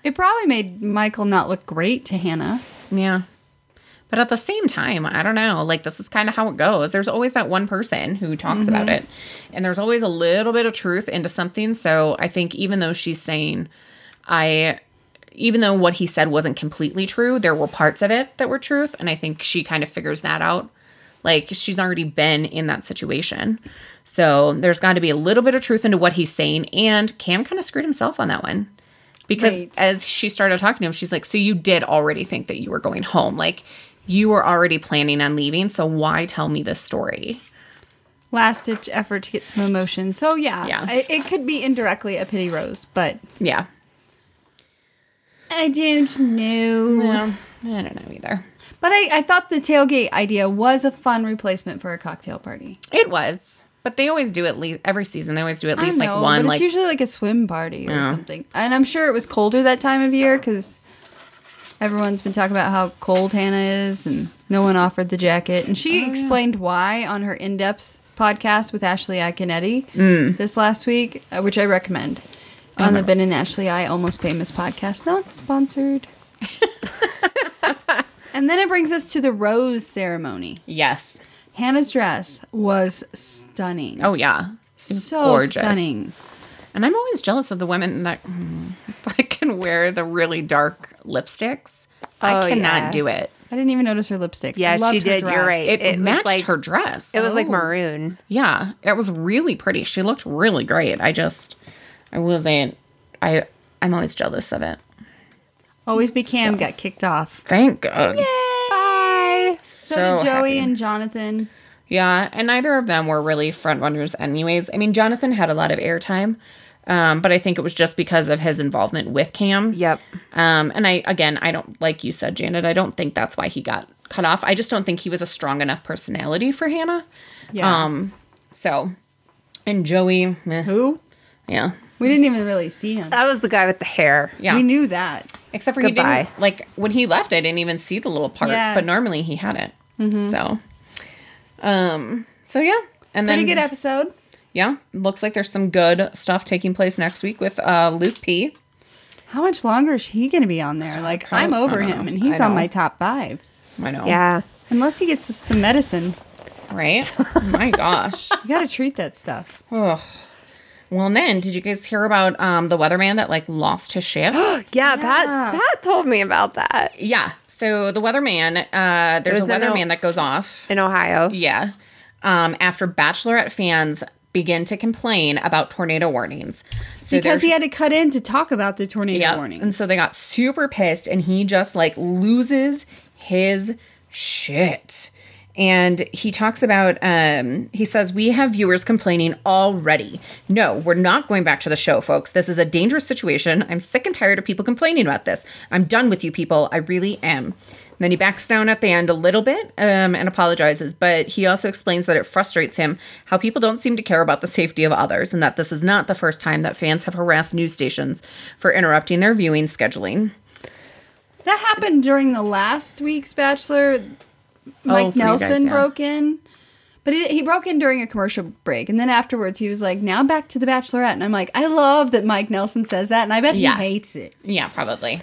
Speaker 1: It probably made Michael not look great to Hannah.
Speaker 3: yeah. But at the same time, I don't know. Like, this is kind of how it goes. There's always that one person who talks about it, and there's always a little bit of truth into something. So I think even though she's saying, I, even though what he said wasn't completely true, there were parts of it that were truth. And I think she kind of figures that out. Like, she's already been in that situation. So there's got to be a little bit of truth into what he's saying. And Cam kind of screwed himself on that one because
Speaker 1: Right.
Speaker 3: as she started talking to him, she's like, "So you did already think that you were going home? Like you were already planning on leaving? So why tell me this story?"
Speaker 1: Last ditch effort to get some emotion. So yeah,
Speaker 3: Yeah.
Speaker 1: I- it could be indirectly a pity rose, but
Speaker 3: Yeah,
Speaker 1: I don't know.
Speaker 3: well, I don't know either.
Speaker 1: But I, I thought the tailgate idea was a fun replacement for a cocktail party.
Speaker 3: It was, but they always do at least every season. They always do at
Speaker 1: I
Speaker 3: least
Speaker 1: know,
Speaker 3: like one
Speaker 1: but
Speaker 3: like
Speaker 1: it's usually like a swim party or something. And I'm sure it was colder that time of year because everyone's been talking about how cold Hannah is, and no one offered the jacket. And
Speaker 3: Oh,
Speaker 1: she explained why on her in-depth podcast with Ashley Iaconetti
Speaker 3: Mm.
Speaker 1: this last week, uh, which I recommend on the Ben and Ashley I Almost Famous podcast. Not sponsored. and then it brings us to the rose ceremony.
Speaker 3: yes.
Speaker 1: Hannah's dress was stunning.
Speaker 3: Oh yeah, It was
Speaker 1: so stunning.
Speaker 3: And I'm always jealous of the women that hmm, that can wear the really dark lipsticks. I
Speaker 2: Oh,
Speaker 3: cannot
Speaker 2: yeah.
Speaker 3: do it.
Speaker 1: I didn't even notice her lipstick.
Speaker 2: Yeah,
Speaker 1: I loved
Speaker 2: she
Speaker 1: her
Speaker 2: did. You're
Speaker 1: dress.
Speaker 2: right.
Speaker 3: It,
Speaker 2: It was
Speaker 3: matched
Speaker 2: like-
Speaker 3: her dress.
Speaker 2: It was like
Speaker 3: Oh.
Speaker 2: maroon.
Speaker 3: Yeah, it was really pretty. She looked really great. I just, I wasn't. I I'm always jealous of it.
Speaker 1: Always be Cam got kicked off.
Speaker 3: Thank God.
Speaker 2: Bye.
Speaker 1: So,
Speaker 3: So
Speaker 1: did Joey
Speaker 3: happy.
Speaker 1: and Jonathan.
Speaker 3: Yeah, and neither of them were really front runners, anyways. I mean, Jonathan had a lot of airtime, um, but I think it was just because of his involvement with Cam.
Speaker 2: Yep.
Speaker 3: Um, and I again, I don't like you said, Janet. I don't think that's why he got cut off. I just don't think he was a strong enough personality for Hannah.
Speaker 1: Yeah.
Speaker 3: Um, so, and Joey, meh,
Speaker 1: Who?
Speaker 3: yeah,
Speaker 1: We didn't even really see him.
Speaker 2: That was the guy with the hair.
Speaker 3: yeah.
Speaker 1: We knew that.
Speaker 3: Except for you
Speaker 2: Goodbye.
Speaker 3: didn't like when he left. I didn't even see the little part,
Speaker 1: Yeah.
Speaker 3: but normally he had it. So, um, so yeah, and
Speaker 1: Pretty
Speaker 3: then
Speaker 1: good episode.
Speaker 3: yeah, looks like there's some good stuff taking place next week with uh, Luke P.
Speaker 1: How much longer is he going to be on there? Like
Speaker 3: Probably-
Speaker 1: I'm over
Speaker 3: I don't
Speaker 1: him,
Speaker 3: know.
Speaker 1: and he's
Speaker 3: I
Speaker 1: on
Speaker 3: know.
Speaker 1: my top five.
Speaker 3: I know,
Speaker 2: Yeah.
Speaker 1: Unless he gets some medicine,
Speaker 3: right? Oh My gosh.
Speaker 1: you got to treat that stuff.
Speaker 3: Ugh. Well, and then did you guys hear about um, the weatherman that like lost his ship?
Speaker 2: Yeah, Pat Pat told me about that
Speaker 3: yeah. So the weatherman, uh, there's a
Speaker 2: was in the-
Speaker 3: weatherman that goes off.
Speaker 2: in Ohio.
Speaker 3: Yeah. Um, after Bachelorette fans begin to complain about tornado warnings. So
Speaker 1: Because
Speaker 3: they're-
Speaker 1: he had to cut in to talk about the tornado
Speaker 3: Yep.
Speaker 1: warning.
Speaker 3: And so they got super pissed and he just like loses his shit. And he talks about um he says we have viewers complaining already. No, we're not going back to the show, folks. This is a dangerous situation. I'm sick and tired of people complaining about this. I'm done with you people. I really am. And then he backs down at the end a little bit um, and apologizes, but he also explains that it frustrates him how people don't seem to care about the safety of others and that this is not the first time that fans have harassed news stations for interrupting their viewing scheduling.
Speaker 1: That happened during the last week's Bachelor. Mike
Speaker 3: Oh, for you guys,
Speaker 1: Nelson
Speaker 3: yeah.
Speaker 1: broke in, but he, he broke in during a commercial break, and then afterwards he was like, "Now back to the Bachelorette," and I'm like, "I love that Mike Nelson says that, and I bet
Speaker 3: Yeah.
Speaker 1: he hates it."
Speaker 3: Yeah, probably.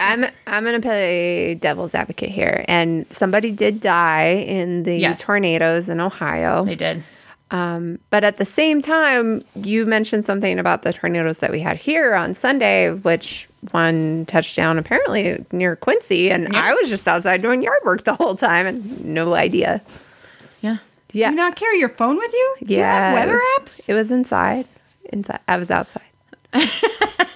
Speaker 2: I'm I'm gonna play devil's advocate here, and somebody did die in the
Speaker 3: Yes.
Speaker 2: tornadoes in Ohio.
Speaker 3: they did.
Speaker 2: Um, but at the same time, you mentioned something about the tornadoes that we had here on Sunday, which one touchdown apparently near Quincy, and I was just outside doing yard work the whole time and no idea.
Speaker 3: Yeah.
Speaker 2: Yeah,
Speaker 1: Do you not carry your phone with you? Do you
Speaker 2: yeah,
Speaker 1: have
Speaker 2: it
Speaker 1: weather
Speaker 2: was-
Speaker 1: apps?
Speaker 2: It was inside. Inside, I was outside.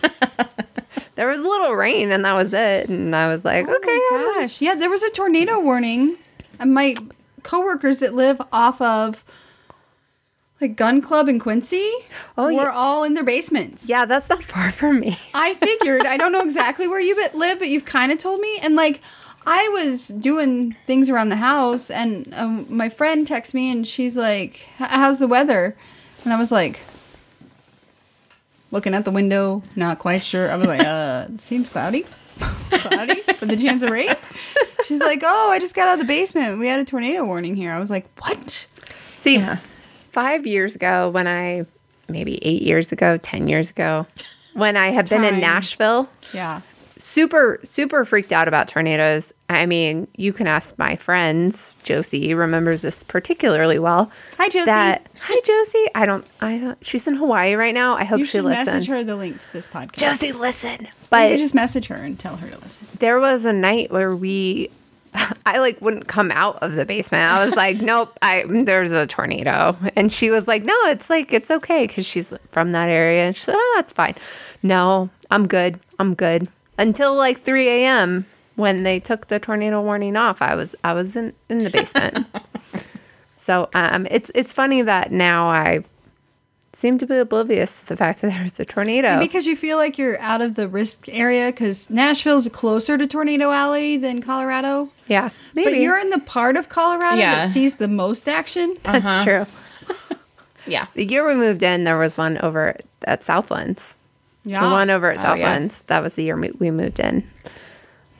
Speaker 2: there was a little rain, and that was it. And I was like, okay, I'm
Speaker 1: Oh my gosh, yeah, there was a tornado warning, and my coworkers that live off of like Gun Club in Quincy,
Speaker 2: Oh,
Speaker 1: were
Speaker 2: yeah.
Speaker 1: all in their basements.
Speaker 2: Yeah, that's not far from me.
Speaker 1: I figured. I don't know exactly where you bit- live, but you've kind of told me. And like, I was doing things around the house, and um, my friend texts me, and she's like, "H- "How's the weather?" And I was like, looking at the window, not quite sure. I was like, "Uh, it seems cloudy." cloudy with the chance of rain. She's like, "Oh, I just got out of the basement. We had a tornado warning here." I was like, "What?"
Speaker 2: See,
Speaker 3: Yeah.
Speaker 2: five years ago, when I maybe eight years ago, 10 years ago, when I had been in
Speaker 1: Time.
Speaker 2: Nashville,
Speaker 1: Yeah.
Speaker 2: super super freaked out about tornadoes. I mean, you can ask my friends. Josie remembers this particularly well.
Speaker 1: Hi, Josie.
Speaker 2: That hi Josie. I don't. I don't, she's in Hawaii right now. I hope
Speaker 1: you
Speaker 2: she
Speaker 1: should
Speaker 2: listens.
Speaker 1: message her the link to this podcast.
Speaker 2: Josie, listen.
Speaker 1: you
Speaker 2: But
Speaker 1: could just message her and tell her to listen.
Speaker 2: there was a night where we I like wouldn't come out of the basement. I was like, "Nope, I there's a tornado." And she was like, "No, it's like it's okay cuz she's from that area." And she's like, "Oh, that's fine." No, I'm good. I'm good. Until like 3 a.m. when they took the tornado warning off, I was I was in in the basement. so, um it's it's funny that now I seem to be oblivious to the fact that there was a tornado.
Speaker 1: Because you feel like you're out of the risk area because Nashville's closer to Tornado Alley than Colorado.
Speaker 2: yeah. Maybe
Speaker 1: But you're in the part of Colorado
Speaker 3: Yeah.
Speaker 1: that sees the most action.
Speaker 2: that's true.
Speaker 3: Yeah.
Speaker 2: The year we moved in, there was one over at Southlands.
Speaker 1: Yeah.
Speaker 2: The one over at
Speaker 3: Oh, yeah.
Speaker 2: Southlands. That was the year mo- we moved in.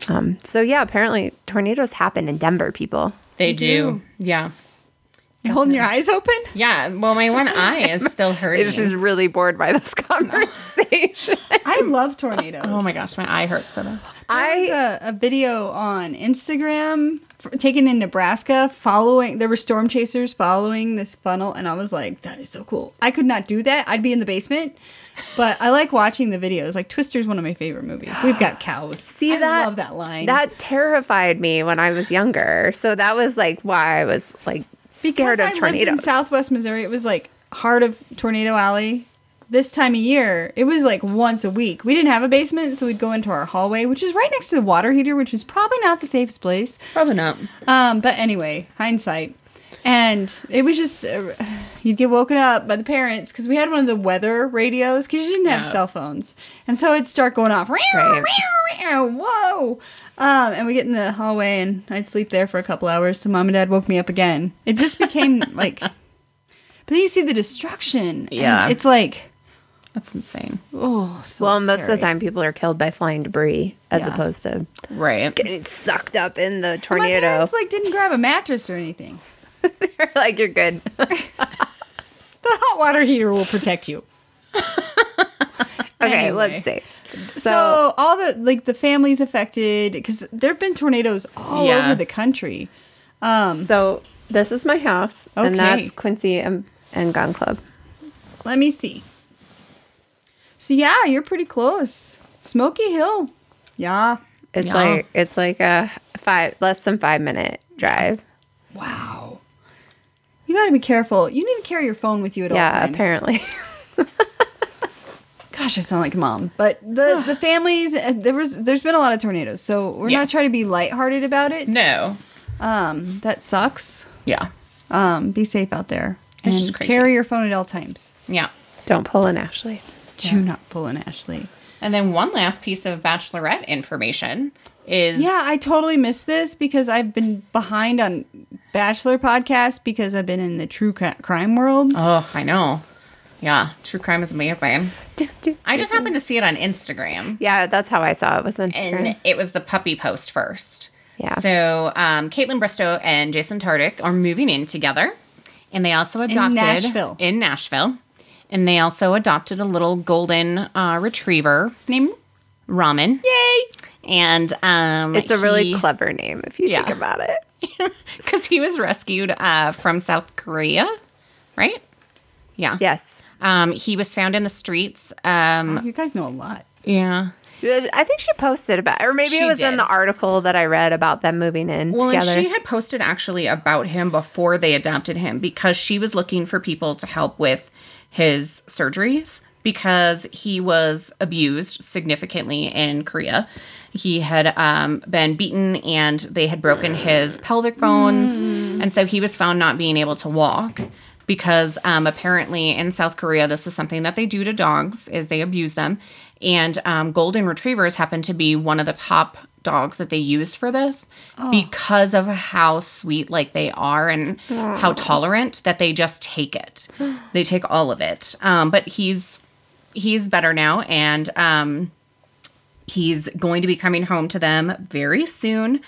Speaker 2: Um, so yeah, apparently tornadoes happen in Denver, people.
Speaker 3: They
Speaker 1: You
Speaker 3: do.
Speaker 1: do.
Speaker 3: Yeah.
Speaker 1: Holding your eyes open?
Speaker 3: Yeah. Well, my one eye is still hurting.
Speaker 2: It's just really bored by this conversation.
Speaker 1: I love tornadoes.
Speaker 3: oh my gosh, my eye hurts so bad.
Speaker 1: There's
Speaker 2: I
Speaker 1: a, a video on Instagram f taken in Nebraska following, there were storm chasers following this funnel, and I was like, that is so cool. I could not do that. I'd be in the basement, but I like watching the videos. Like, Twister's one of my favorite movies. We've got cows.
Speaker 2: see
Speaker 1: I
Speaker 2: that.
Speaker 1: love that line.
Speaker 2: That terrified me when I was younger. So that was like why I was like scared
Speaker 1: because I
Speaker 2: of
Speaker 1: lived in
Speaker 2: tornadoes.
Speaker 1: Southwest Missouri. It was like heart of Tornado Alley. This time of year, it was like once a week. We didn't have a basement, so we'd go into our hallway, which is right next to the water heater, which is probably not the safest place.
Speaker 3: Probably not.
Speaker 1: Um, but anyway, hindsight. And it was just, uh, you'd get woken up by the parents because we had one of the weather radios because you didn't have
Speaker 3: Yeah.
Speaker 1: cell phones. And so it'd start going off.
Speaker 2: Right.
Speaker 1: Whoa. Um, and we get in the hallway and I'd sleep there for a couple hours till mom and dad woke me up again. It just became like, but then you see the destruction. and
Speaker 3: Yeah.
Speaker 1: It's like,
Speaker 3: That's insane.
Speaker 1: oh, so
Speaker 2: well, most of
Speaker 1: scary.
Speaker 2: the time people are killed by flying debris as
Speaker 1: Yeah.
Speaker 2: opposed to
Speaker 3: Right.
Speaker 2: getting sucked up in the
Speaker 1: My
Speaker 2: tornado.
Speaker 1: parents like didn't grab a mattress or anything.
Speaker 2: like you're good.
Speaker 1: The hot water heater will protect you.
Speaker 2: Okay,
Speaker 1: Anyway.
Speaker 2: let's see. So,
Speaker 1: So, all the like the families affected because there have been tornadoes all
Speaker 3: Yeah.
Speaker 1: over the country.
Speaker 3: Um,
Speaker 2: so this is my house,
Speaker 1: Okay.
Speaker 2: and that's Quincy and, and Gun Club.
Speaker 1: Let me see. So yeah, you're pretty close. Smoky Hill. Yeah.
Speaker 2: It's
Speaker 3: Yeah.
Speaker 2: like it's like a five less than five minute drive.
Speaker 1: Wow. You got to be careful. You need to carry your phone with you at all
Speaker 2: yeah,
Speaker 1: times.
Speaker 2: apparently.
Speaker 1: Gosh, I sound like a mom. But the the families uh, there was there's been a lot of tornadoes. So we're
Speaker 3: Yeah.
Speaker 1: not trying to be lighthearted about it.
Speaker 3: No.
Speaker 1: Um that sucks.
Speaker 3: Yeah.
Speaker 1: Um be safe out there
Speaker 3: It's just
Speaker 1: and
Speaker 3: crazy.
Speaker 1: carry your phone at all times.
Speaker 3: Yeah.
Speaker 2: Don't pull an Ashley.
Speaker 1: Do not pull an Ashley.
Speaker 3: And then one last piece of bachelorette information is
Speaker 1: Yeah, I totally missed this because I've been behind on Bachelor podcast because I've been in the true cri- crime world.
Speaker 3: Oh, I know. Yeah, true crime is amazing.
Speaker 2: Do, do,
Speaker 3: I
Speaker 2: do,
Speaker 3: just
Speaker 2: do.
Speaker 3: happened to see it on Instagram.
Speaker 2: yeah, that's how I saw it was on Instagram.
Speaker 3: and it was the puppy post first.
Speaker 2: Yeah.
Speaker 3: So um, Caitlin Bristow and Jason Tardik are moving in together, and they also adopted
Speaker 1: Nashville.
Speaker 3: in Nashville, and they also adopted a little golden uh, retriever,
Speaker 1: Name?
Speaker 3: Ramen,
Speaker 1: Yay!
Speaker 3: and um,
Speaker 2: it's a really
Speaker 3: he-
Speaker 2: clever name if you
Speaker 3: Yeah.
Speaker 2: think about it.
Speaker 3: because he was rescued uh, from South Korea, right? Yeah.
Speaker 2: Yes,
Speaker 3: Um, he was found in the streets. Um,
Speaker 1: You guys know a lot.
Speaker 3: yeah.
Speaker 2: I think she posted about, or maybe
Speaker 3: She
Speaker 2: it was in
Speaker 3: did.
Speaker 2: the article that I read about them moving in
Speaker 3: Well,
Speaker 2: together.
Speaker 3: and she had posted actually about him before they adopted him because she was looking for people to help with his surgeries because he was abused significantly in Korea. He had um, been beaten and they had broken his pelvic bones. And so he was found not being able to walk because um, apparently in South Korea, this is something that they do to dogs is they abuse them. And um, golden retrievers happen to be one of the top dogs that they use for this because of how sweet like they are and how tolerant that they just take it. They take all of it. Um, but he's he's better now and um, he's going to be coming home to them very soon.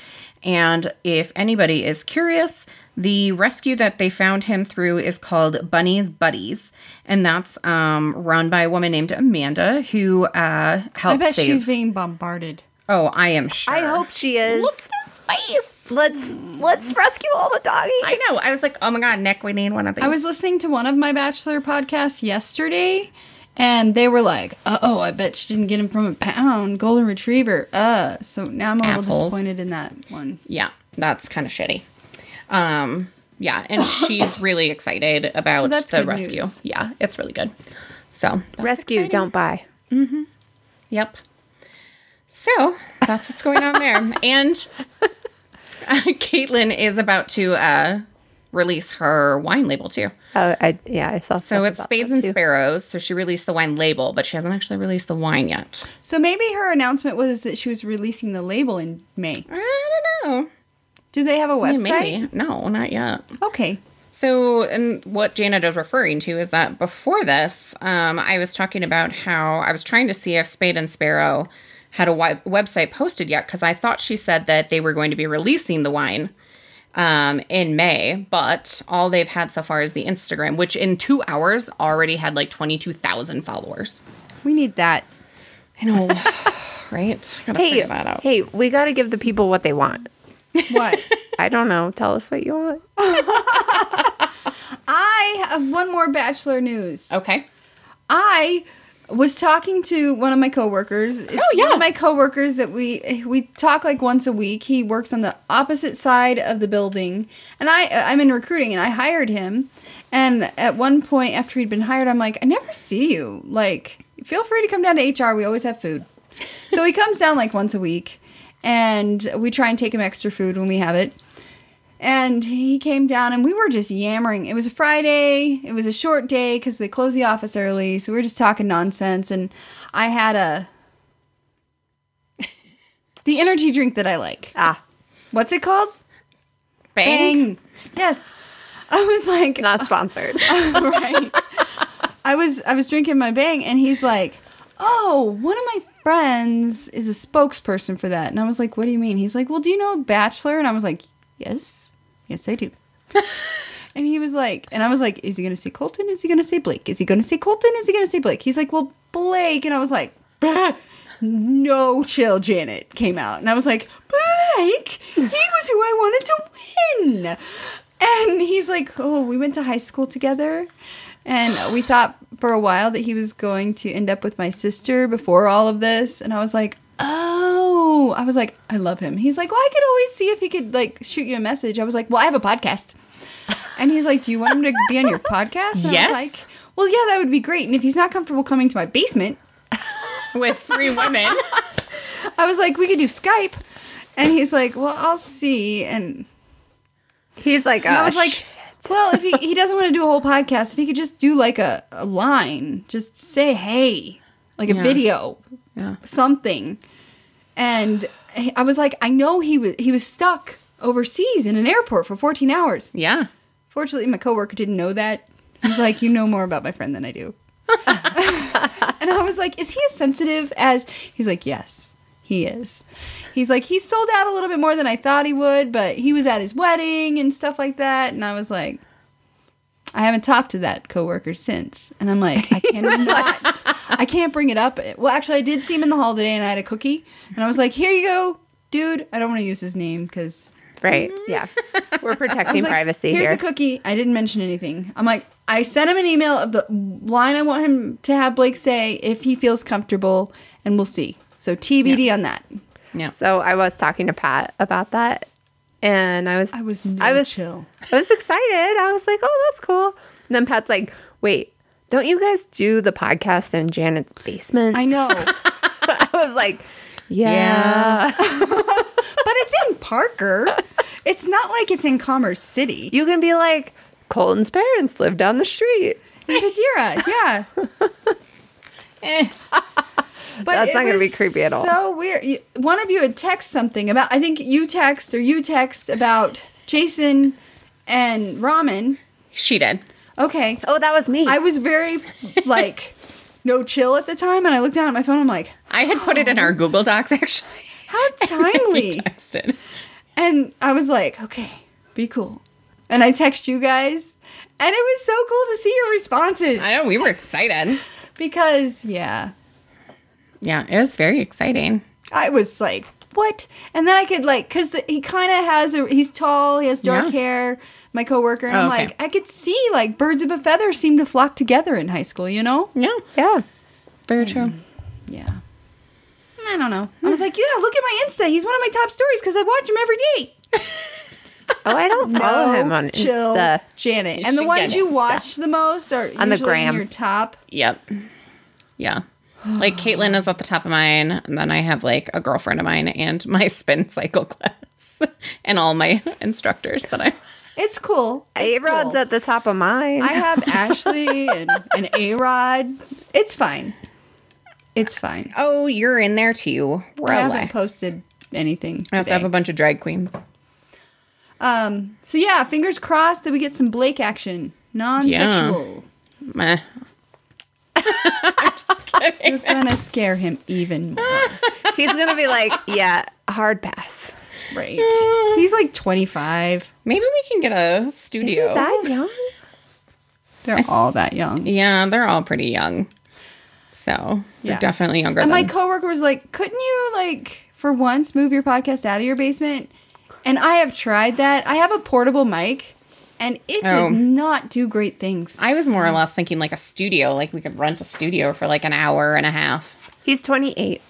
Speaker 3: And if anybody is curious, the rescue that they found him through is called Bunny's Buddies, and that's um, run by a woman named Amanda who uh, helped
Speaker 1: I bet
Speaker 3: save.
Speaker 1: she's being bombarded.
Speaker 3: Oh, I am sure.
Speaker 2: I hope she is.
Speaker 3: Look at his face.
Speaker 2: Let's let's rescue all the doggies.
Speaker 3: I know. I was like, oh my god, Nick, we need one of these.
Speaker 1: I was listening to one of my Bachelor podcasts yesterday, and they were like, "Uh oh, I bet she didn't get him from a pound golden retriever." Uh, so now I'm a little
Speaker 3: Assholes.
Speaker 1: disappointed in that one.
Speaker 3: yeah, that's kind of shitty. Um, yeah, and she's really excited about
Speaker 1: that's
Speaker 3: the
Speaker 1: good
Speaker 3: rescue.
Speaker 1: news.
Speaker 3: Yeah, it's really good. So that's
Speaker 2: Rescue,
Speaker 3: exciting.
Speaker 2: don't buy.
Speaker 3: Yep. So that's what's going on there. And uh, Caitlin is about to uh, release her wine label too.
Speaker 2: Oh, I yeah, I saw.
Speaker 3: So it's Spades and Sparrows. So she released the wine label, but she hasn't actually released the wine yet.
Speaker 1: So maybe her announcement was that she was releasing the label in May.
Speaker 3: I don't know.
Speaker 1: Do they have a
Speaker 3: Yeah,
Speaker 1: website?
Speaker 3: Maybe. No, not yet.
Speaker 1: Okay.
Speaker 3: So, and what Janet is referring to is that before this, um, I was talking about how I was trying to see if Spade and Sparrow had a wi- website posted yet because I thought she said that they were going to be releasing the wine um, in May, but all they've had so far is the Instagram, which in two hours already had like 22,000 followers.
Speaker 1: We need that.
Speaker 3: I know, right? Gotta
Speaker 2: Hey,
Speaker 3: figure that out.
Speaker 2: hey, we got to give the people what they want.
Speaker 1: What?
Speaker 2: I don't know. Tell us what you want.
Speaker 1: I have one more Bachelor news.
Speaker 3: Okay.
Speaker 1: I was talking to one of my coworkers. It's
Speaker 3: yeah.
Speaker 1: one of my coworkers that we we talk like once a week. He works on the opposite side of the building, and I uh, I'm in recruiting, and I hired him. And at one point after he'd been hired, I'm like, I never see you. Like, feel free to come down to HR. We always have food. so he comes down like once a week, and we try and take him extra food when we have it. And he came down and we were just yammering. It was a Friday. It was a short day because they closed the office early. So we were just talking nonsense. And I had a. the energy drink that I like.
Speaker 2: Ah,
Speaker 1: What's it called?
Speaker 3: Bang.
Speaker 1: Yes. I was like,
Speaker 2: not sponsored.
Speaker 1: right. I was I was drinking my bang and he's like, "Oh, one of my friends is a spokesperson for that." And I was like, "What do you mean?" He's like, "Well, do you know Bachelor?" And I was like, "Yes. Yes, I do." and he was like, and I was like, "Is he going to say Colton? Is he going to say Blake? Is he going to say Colton? Is he going to say Blake?" He's like, "Well, Blake." And I was like, "Bah." No chill Janet came out and I was like, "Blake, he was who I wanted to win." And he's like, "Oh, we went to high school together." And we thought for a while that he was going to end up with my sister before all of this. And I was like, oh, I was like, I love him. He's like, well, I could always see if he could like shoot you a message. I was like, well, I have a podcast. And he's like, do you want him to be on your podcast? And
Speaker 3: Yes.
Speaker 1: I was like, well, yeah, that would be great. And if he's not comfortable coming to my basement,
Speaker 3: With three women.
Speaker 1: I was like, we could do Skype. And he's like, well, I'll see. And
Speaker 2: He's like,
Speaker 1: And I
Speaker 2: "Oh,
Speaker 1: was like,
Speaker 2: shit."
Speaker 1: well, if he, he doesn't want to do a whole podcast, if he could just do like a, a line, just say hey, like
Speaker 3: Yeah.
Speaker 1: a video,
Speaker 3: Yeah.
Speaker 1: something. And I I was like, I know he was he was stuck overseas in an airport for 14 hours.
Speaker 3: Yeah.
Speaker 1: Fortunately, my coworker didn't know that. He's like, you know more about my friend than I do. and I was like, is he as sensitive as he's like, yes, he is. He's like, he sold out a little bit more than I thought he would, but he was at his wedding and stuff like that. And I was like, I haven't talked to that coworker since. And I'm like, I cannot I can't bring it up. Well, actually I did see him in the hall today and I had a cookie and I was like, here you go, dude. I don't want to use his name because
Speaker 2: right? Yeah, we're protecting
Speaker 1: was like,
Speaker 2: privacy
Speaker 1: Here's
Speaker 2: here.
Speaker 1: a cookie. I didn't mention anything. I'm like, I sent him an email of the line I want him to have Blake say if he feels comfortable, and we'll see. So TBD on that.
Speaker 3: Yeah.
Speaker 2: So I was talking to Pat about that, and I was
Speaker 1: I was no
Speaker 2: I was
Speaker 1: chill.
Speaker 2: I was excited. I was like, oh, that's cool. And then Pat's like, wait, don't you guys do the podcast in Janet's basement?
Speaker 1: I know, but
Speaker 2: I was like, yeah.
Speaker 1: it's in Parker. It's not like it's in Commerce City.
Speaker 2: You can be like, Colton's parents live down the street.
Speaker 1: In Madeira, yeah.
Speaker 3: Eh.
Speaker 1: But
Speaker 2: That's
Speaker 1: it
Speaker 2: not gonna be
Speaker 1: was
Speaker 2: creepy at all.
Speaker 1: So weird. You- One of you had text something about. I think you text or you text about Jason and ramen.
Speaker 3: She did.
Speaker 1: Okay.
Speaker 2: Oh, that was me.
Speaker 1: I was very like no chill at the time, and I looked down at my phone. I'm like,
Speaker 3: I had put it in our Google Docs actually.
Speaker 1: how timely!
Speaker 3: Texted.
Speaker 1: and I was like, okay, be cool. And I text you guys, and it was so cool to see your responses
Speaker 3: I know we were excited.
Speaker 1: because yeah,
Speaker 3: Yeah, it was very exciting.
Speaker 1: I was like, what? And then I could like, cause the, he kind of has a, he's tall, he has dark
Speaker 3: Yeah.
Speaker 1: hair. My coworker, and I'm
Speaker 3: Oh, okay.
Speaker 1: like, I could see like birds of a feather seem to flock together in high school, you know?
Speaker 3: Yeah, Mm.
Speaker 2: Yeah.
Speaker 3: very true.
Speaker 1: Yeah. I don't know. I was like, yeah, look at my Insta. He's one of my top stories because I watch him every day.
Speaker 2: Oh, I don't follow him on
Speaker 1: Chill,
Speaker 2: Insta.
Speaker 1: Janet.
Speaker 3: You
Speaker 1: and the
Speaker 3: should
Speaker 1: ones
Speaker 3: get
Speaker 1: you
Speaker 3: Insta.
Speaker 1: watch the most are
Speaker 2: On the
Speaker 1: usually in
Speaker 2: gram.
Speaker 1: your top.
Speaker 3: Yep. Yeah. Like Caitlin is at the top of mine, and then I have like a girlfriend of mine and my spin cycle class and all my instructors that I
Speaker 1: It's cool. It's
Speaker 2: A Rod's
Speaker 1: cool.
Speaker 2: at the top of mine.
Speaker 1: I have Ashley and, and A Rod. It's fine. It's fine.
Speaker 3: Oh, you're in there too.
Speaker 1: I haven't
Speaker 3: Really?
Speaker 1: posted anything.
Speaker 3: I also have a
Speaker 1: today.
Speaker 3: bunch of drag queens.
Speaker 1: Um, so yeah, fingers crossed that we get some Blake action. Non sexual.
Speaker 3: Meh.
Speaker 1: You're gonna scare him even more.
Speaker 2: He's gonna be like, yeah, hard pass.
Speaker 1: Right. He's like twenty five.
Speaker 3: Maybe we can get a studio.
Speaker 2: That young?
Speaker 1: They're all that young.
Speaker 3: yeah, they're all pretty young. So
Speaker 1: Yeah.
Speaker 3: they're definitely younger
Speaker 1: And
Speaker 3: than
Speaker 1: my coworker was like, "Couldn't you like for once move your podcast out of your basement?" And I have tried that. I have a portable mic, and it
Speaker 3: Oh.
Speaker 1: does not do great things.
Speaker 3: I was more or less thinking like a studio, like we could rent a studio for like an hour and a half.
Speaker 2: He's 28.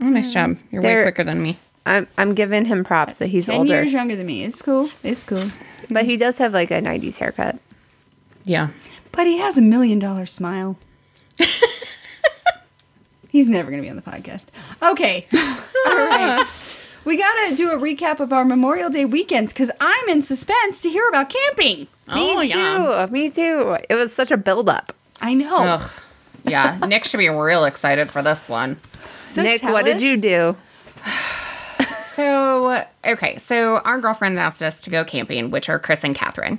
Speaker 3: Oh, nice job. You're way
Speaker 2: They're-
Speaker 3: quicker than me.
Speaker 2: I'm I'm giving him props that he's
Speaker 1: Ten
Speaker 2: older,
Speaker 1: years younger than me. It's cool. It's cool.
Speaker 2: but he does have like a 90s haircut.
Speaker 3: Yeah.
Speaker 1: But he has a million dollar smile. He's never going to be on the podcast. Okay. All right. We got to do a recap of our Memorial Day weekends because I'm in suspense to hear about camping.
Speaker 3: oh,
Speaker 2: me
Speaker 3: yeah.
Speaker 2: too. Me too. It was such a buildup.
Speaker 1: I know.
Speaker 3: Ugh. Yeah. Nick should be real excited for this one.
Speaker 1: So
Speaker 2: Nick,
Speaker 1: tell
Speaker 2: what did
Speaker 1: us-
Speaker 2: you do?
Speaker 3: So, okay. So, our girlfriends asked us to go camping, which are Chris and Catherine.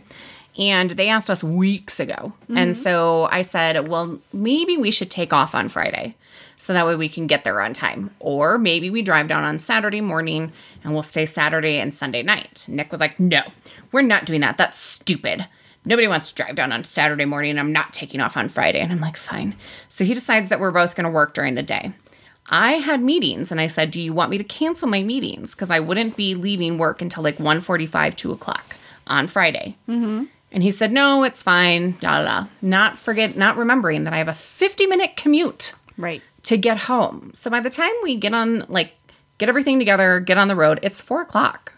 Speaker 3: And they asked us weeks ago. And so I said, well, maybe we should take off on Friday. So that way we can get there on time. Or maybe we drive down on Saturday morning and we'll stay Saturday and Sunday night. Nick was like, no, we're not doing that. That's stupid. Nobody wants to drive down on Saturday morning. I'm not taking off on Friday. And I'm like, fine. So he decides that we're both going to work during the day. I had meetings and I said, "Do you want me to cancel my meetings because I wouldn't be leaving work until like 1.45, 2 o'clock on Friday." Mm-hmm. And he said, "No, it's fine." Da da da. Not forget, not remembering that I have a 50-minute commute
Speaker 1: Right.
Speaker 3: to get home. So by the time we get on, like, get everything together, get on the road, it's four o'clock.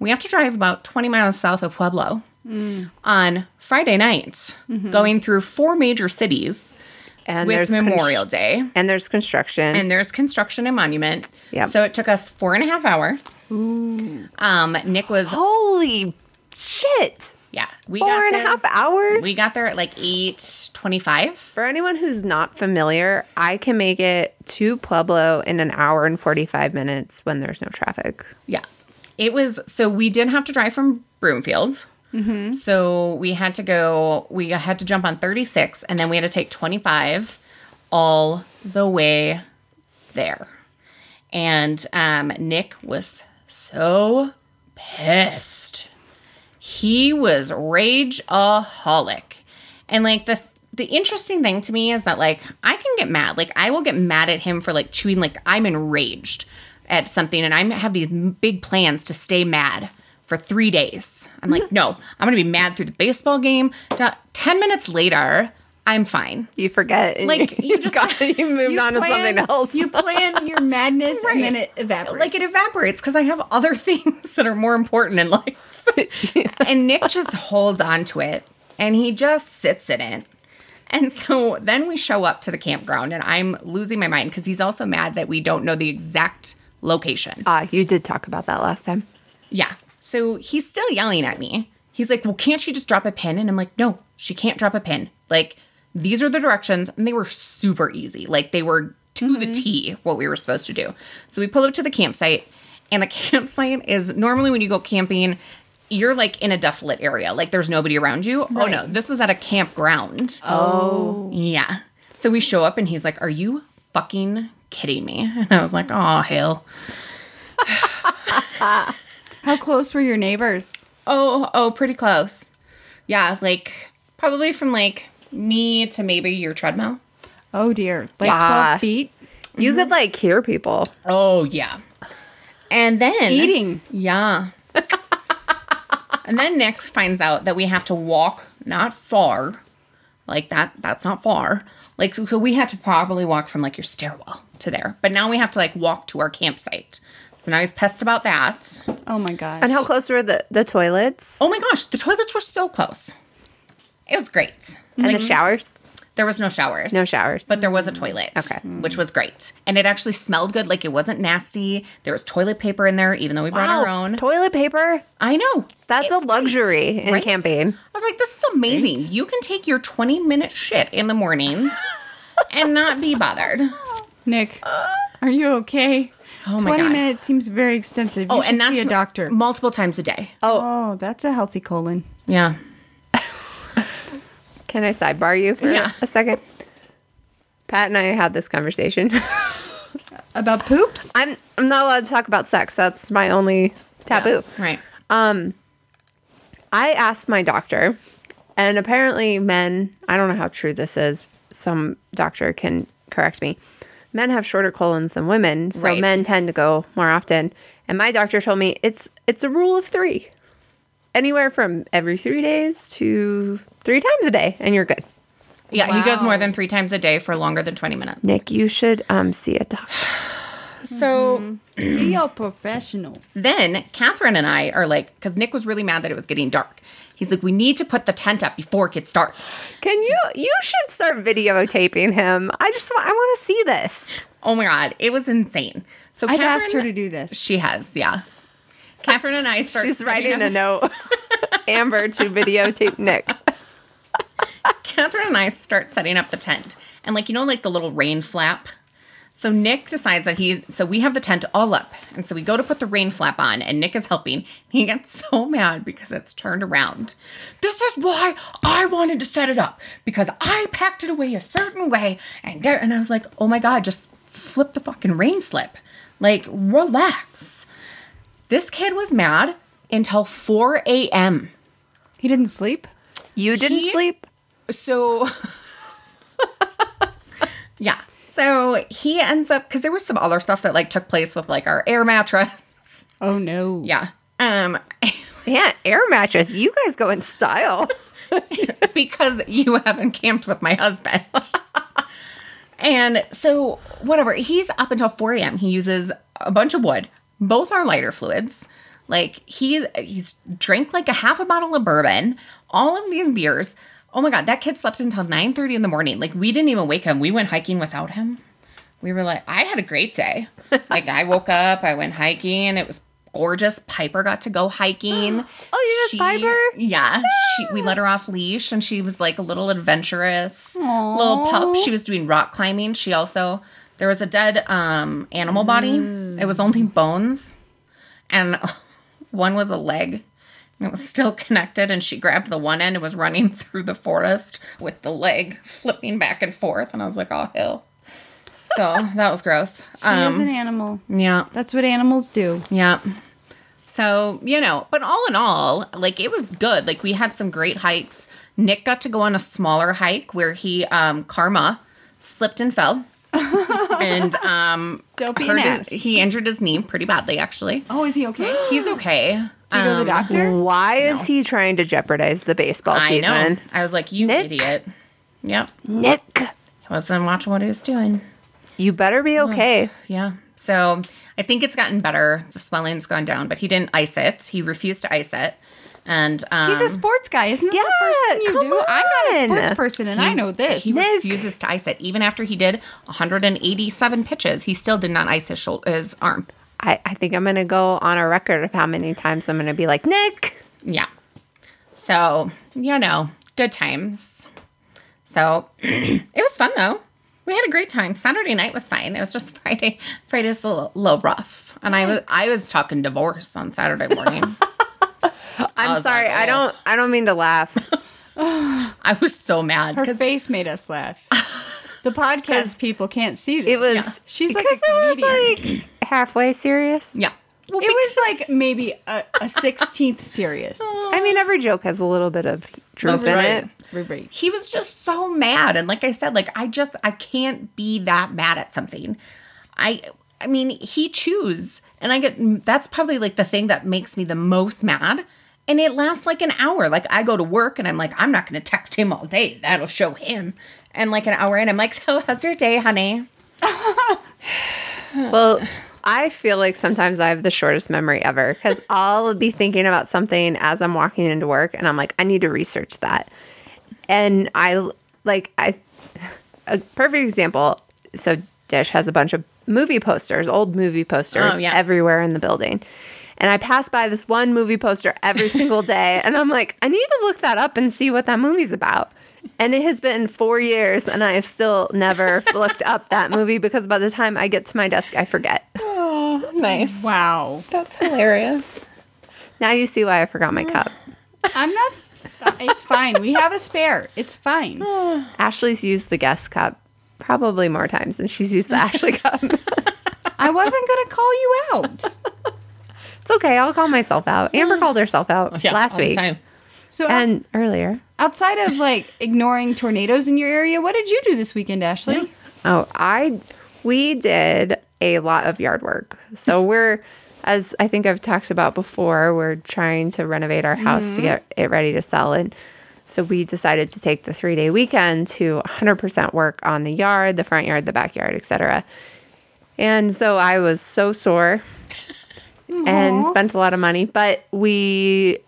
Speaker 3: We have to drive about 20 miles south of Pueblo on Friday night, going through four major cities
Speaker 2: And
Speaker 3: with
Speaker 2: const-
Speaker 3: Memorial Day
Speaker 2: and there's construction.
Speaker 3: and there's construction and monument.
Speaker 2: Yep.
Speaker 3: So it took us four and a half hours. Um, Nick was
Speaker 2: Holy shit!
Speaker 3: yeah. We
Speaker 2: Oh, Four and a
Speaker 3: there-
Speaker 2: half hours.
Speaker 3: We got there at like eight twenty-five.
Speaker 2: For anyone who's not familiar, I can make it to Pueblo in an hour and 45 minutes when there's no traffic.
Speaker 3: Yeah. It was so we did have to drive from Broomfield.
Speaker 2: Mm-hmm.
Speaker 3: So we had to go. We had to jump on thirty-six, and then we had to take twenty-five all the way there. And um, Nick was so pissed. he was rage aholic and like the the interesting thing to me is that like i can get mad like i will get mad at him for like chewing like i'm enraged at something and i have these big plans to stay mad for three days i'm like no i'm gonna be mad through the baseball game Da- 10 minutes later i'm fine
Speaker 2: You forget. and
Speaker 3: Like, you just-
Speaker 2: got, you moved on to
Speaker 1: plan-
Speaker 2: something else.
Speaker 1: You plan your madness and then it evaporates.
Speaker 3: like it evaporates because I have other things that are more important in life. and Nick just holds on to it and he just sits in it. And so then we show up to the campground and I'm losing my mind because he's also mad that we don't know the exact location.
Speaker 2: Ah, you did talk about that last time.
Speaker 3: Yeah. So he's still yelling at me. He's like, Well, can't she just drop a pin? And I'm like, No, she can't drop a pin. Like, these are the directions. And they were super easy. Like, they were to the T what we were supposed to do. So we pull up to the campsite, and the campsite is normally when you go camping, you're like in a desolate area. Like, there's nobody around you. Oh, no, this was at a campground.
Speaker 2: Oh.
Speaker 3: Yeah. So we show up and he's like, Are you fucking kidding me? And I was like, Oh, hell.
Speaker 1: How close were your neighbors?
Speaker 3: Oh, oh, pretty close. Yeah, like probably from like me to maybe your treadmill.
Speaker 1: Oh dear. Like
Speaker 2: Ah.
Speaker 1: 12 feet?
Speaker 2: You
Speaker 3: Mm-hmm.
Speaker 2: could like hear people.
Speaker 3: Oh yeah. And then
Speaker 1: Eating.
Speaker 3: Yeah. and then Nick finds out that we have to walk not far. Like that that's not far. Like so, so we had to probably walk from like your stairwell to there. But now we have to like walk to our campsite. So now he's pissed about that.
Speaker 1: Oh my gosh.
Speaker 2: And how close were the, the toilets
Speaker 3: Oh my gosh, the toilets were so close. It was great.
Speaker 2: and the showers?
Speaker 3: There was no showers.
Speaker 2: No showers.
Speaker 3: Mm-hmm. But there was a toilet.
Speaker 2: Okay.
Speaker 3: Which was great. And it actually smelled good. Like it wasn't nasty. There was toilet paper in there, even though we brought our
Speaker 2: Wow,
Speaker 3: own.
Speaker 2: Toilet paper?
Speaker 3: I know.
Speaker 2: That's
Speaker 3: It's
Speaker 2: a luxury
Speaker 3: great,
Speaker 2: in
Speaker 3: right?
Speaker 2: camping.
Speaker 3: I was like, this is amazing. You can take your 20 minute shit in the mornings and not be bothered.
Speaker 1: Nick, are you okay?
Speaker 3: Oh my
Speaker 1: 20
Speaker 3: God.
Speaker 1: minutes seems very extensive. You
Speaker 3: Oh,
Speaker 1: should
Speaker 3: and that's
Speaker 1: see a doctor.
Speaker 3: Multiple times a day.
Speaker 1: Oh, that's a healthy colon.
Speaker 3: Yeah.
Speaker 2: Can I sidebar you for
Speaker 3: Yeah.
Speaker 2: a second? Pat and I had this conversation.
Speaker 1: About poops?
Speaker 2: I'm I'm not allowed to talk about sex. That's my only taboo.
Speaker 3: Right.
Speaker 2: I asked my doctor, and apparently men, I don't know how true this is. Some doctor can correct me. Men have shorter colons than women, so
Speaker 3: Right.
Speaker 2: men tend to go more often. And my doctor told me it's it's a rule of 3. Anywhere from every 3 days to 3 times a day and you're good.
Speaker 3: Yeah. He goes
Speaker 1: Wow.
Speaker 3: more than three times a day for longer than 20 minutes.
Speaker 2: Nick, you should um see a doctor.
Speaker 3: So.
Speaker 1: See a professional.
Speaker 3: Then Catherine and I are like, because Nick was really mad that it was getting dark. He's like, we need to put the tent up before it gets dark.
Speaker 2: Can you you should start videotaping him. I just want I want to see this.
Speaker 3: Oh my god, it was insane. So
Speaker 1: I've
Speaker 3: Catherine,
Speaker 1: asked her to do this.
Speaker 3: She has, yeah. Catherine and I start.
Speaker 2: She's
Speaker 3: setting
Speaker 2: writing a
Speaker 3: up-
Speaker 2: note. Amber to videotape Nick.
Speaker 3: Catherine and I start setting up the tent, and like you know, like the little rain flap. So Nick decides that he. So we have the tent all up, and so we go to put the rain flap on, and Nick is helping. He gets so mad because it's turned around. This is why I wanted to set it up because I packed it away a certain way, and there, and I was like, oh my god, just flip the fucking rain slip, like relax. This kid was mad until 4 a.m.
Speaker 1: He didn't sleep?
Speaker 2: You didn't
Speaker 3: He-
Speaker 2: sleep?
Speaker 3: So, yeah. So he ends up because there was some other stuff that like took place with like our air mattress.
Speaker 1: Oh no.
Speaker 3: Yeah. Um,
Speaker 2: Yeah, air mattress. You guys go in style.
Speaker 3: because you haven't camped with my husband. and so whatever he's up until 4 a.m. He uses a bunch of wood, both our lighter fluids. Like he's he's drank like a half a bottle of bourbon, all of these beers. Oh my god, that kid slept until 9:30 in the morning. Like we didn't even wake him. We went hiking without him. We were like, I had a great day. Like I woke up, I went hiking, it was gorgeous. Piper got to go hiking.
Speaker 2: Oh, you got Piper?
Speaker 3: Yeah. She we let her off leash and she was like a little adventurous little pup. She was doing rock climbing. She also there was a dead um animal body. It was only bones. And one was a leg. And it was still connected and she grabbed the one end and was running through the forest with the leg flipping back and forth and I was like, "Oh hell." So, that was gross.
Speaker 1: He
Speaker 3: Um
Speaker 1: is an animal.
Speaker 3: yeah.
Speaker 1: That's what animals do.
Speaker 3: Yeah. So, you know, but all in all, like it was good. Like we had some great hikes. Nick got to go on a smaller hike where he um karma slipped and fell. and um
Speaker 1: Don't be an
Speaker 3: hurt
Speaker 1: ass.
Speaker 3: his- he injured his knee pretty badly actually.
Speaker 1: Oh, is he okay?
Speaker 3: He's okay.
Speaker 1: Did he go to the
Speaker 3: Um,
Speaker 1: doctor?
Speaker 2: Why is he trying to jeopardize the baseball
Speaker 3: I
Speaker 2: season?
Speaker 3: know. I was like, "You
Speaker 2: Nick?
Speaker 3: idiot." Yep.
Speaker 2: Nick,
Speaker 3: I wasn't watching what he was doing.
Speaker 2: you better be okay.
Speaker 3: Yeah. So I think it's gotten better. The swelling's gone down, but he didn't ice it. He refused to ice it. And um,
Speaker 1: He's a sports guy, isn't it? the
Speaker 2: Yeah,
Speaker 1: first thing you
Speaker 2: come
Speaker 1: do? I'm not a
Speaker 2: on.
Speaker 1: sports person, and I know this.
Speaker 3: He
Speaker 2: Nick.
Speaker 3: refuses to ice it, even after he did 187 pitches. He still did not ice his shoulder, his arm.
Speaker 2: I, I think I'm gonna go on a record of how many times I'm gonna be like, Nick,
Speaker 3: Yeah. So you know, good times. So it was fun though. We had a great time. Saturday night was fine. It was just Friday. Friday's a little, little rough, and I was I was talking divorce on Saturday morning.
Speaker 2: I'm
Speaker 3: was
Speaker 2: sorry.
Speaker 3: like,
Speaker 2: I
Speaker 3: oh.
Speaker 2: don't I don't mean to laugh.
Speaker 3: I was so mad
Speaker 1: Her
Speaker 3: 'cause-
Speaker 1: face made us laugh. the podcast people can't see this.
Speaker 2: It was
Speaker 1: She's like
Speaker 2: because
Speaker 1: a
Speaker 2: it was
Speaker 1: comedian.
Speaker 2: like halfway serious.
Speaker 3: yeah.
Speaker 1: it was like maybe a, a 16th serious.
Speaker 2: I mean, every joke has a little bit of truth in
Speaker 3: right.
Speaker 2: it.
Speaker 1: Right.
Speaker 4: he was just so mad and like i said like i just i can't be that mad at something i i mean he chews and i get that's probably like the thing that makes me the most mad and it lasts like an hour like i go to work and i'm like i'm not gonna text him all day that'll show him and like an hour in i'm like so how's your day honey
Speaker 2: Well, I feel like sometimes I have the shortest memory ever because I'll be thinking about something as I'm walking into work and I'm like, I need to research that. And I like, I, a perfect example. So, Dish has a bunch of movie posters, old movie posters
Speaker 3: Oh, yeah.
Speaker 2: everywhere in the building. And I pass by this one movie poster every single day. And I'm like, I need to look that up and see what that movie's about. And it has been four years, and I have still never looked up that movie because by the time I get to my desk, I forget.
Speaker 3: Nice.
Speaker 1: Wow.
Speaker 3: That's hilarious.
Speaker 2: Now you see why I forgot my cup.
Speaker 1: I'm not. It's fine. We have a spare. It's fine.
Speaker 2: Ashley's used the guest cup probably more times than she's used the Ashley cup.
Speaker 1: I wasn't going to call you out.
Speaker 2: It's okay. I'll call myself out. Amber called herself out last
Speaker 3: all the
Speaker 2: week
Speaker 3: time.
Speaker 1: So,
Speaker 2: and earlier.
Speaker 1: outside of like ignoring tornadoes in your area, what did you do this weekend, Ashley?
Speaker 2: Oh, I we did a lot of yard work. So we're as I think I've talked about before, we're trying to renovate our house to get it ready to sell and so we decided to take the 3-day weekend to 100% work on the yard, the front yard, the backyard, etc. And so I was so sore and spent a lot of money, but we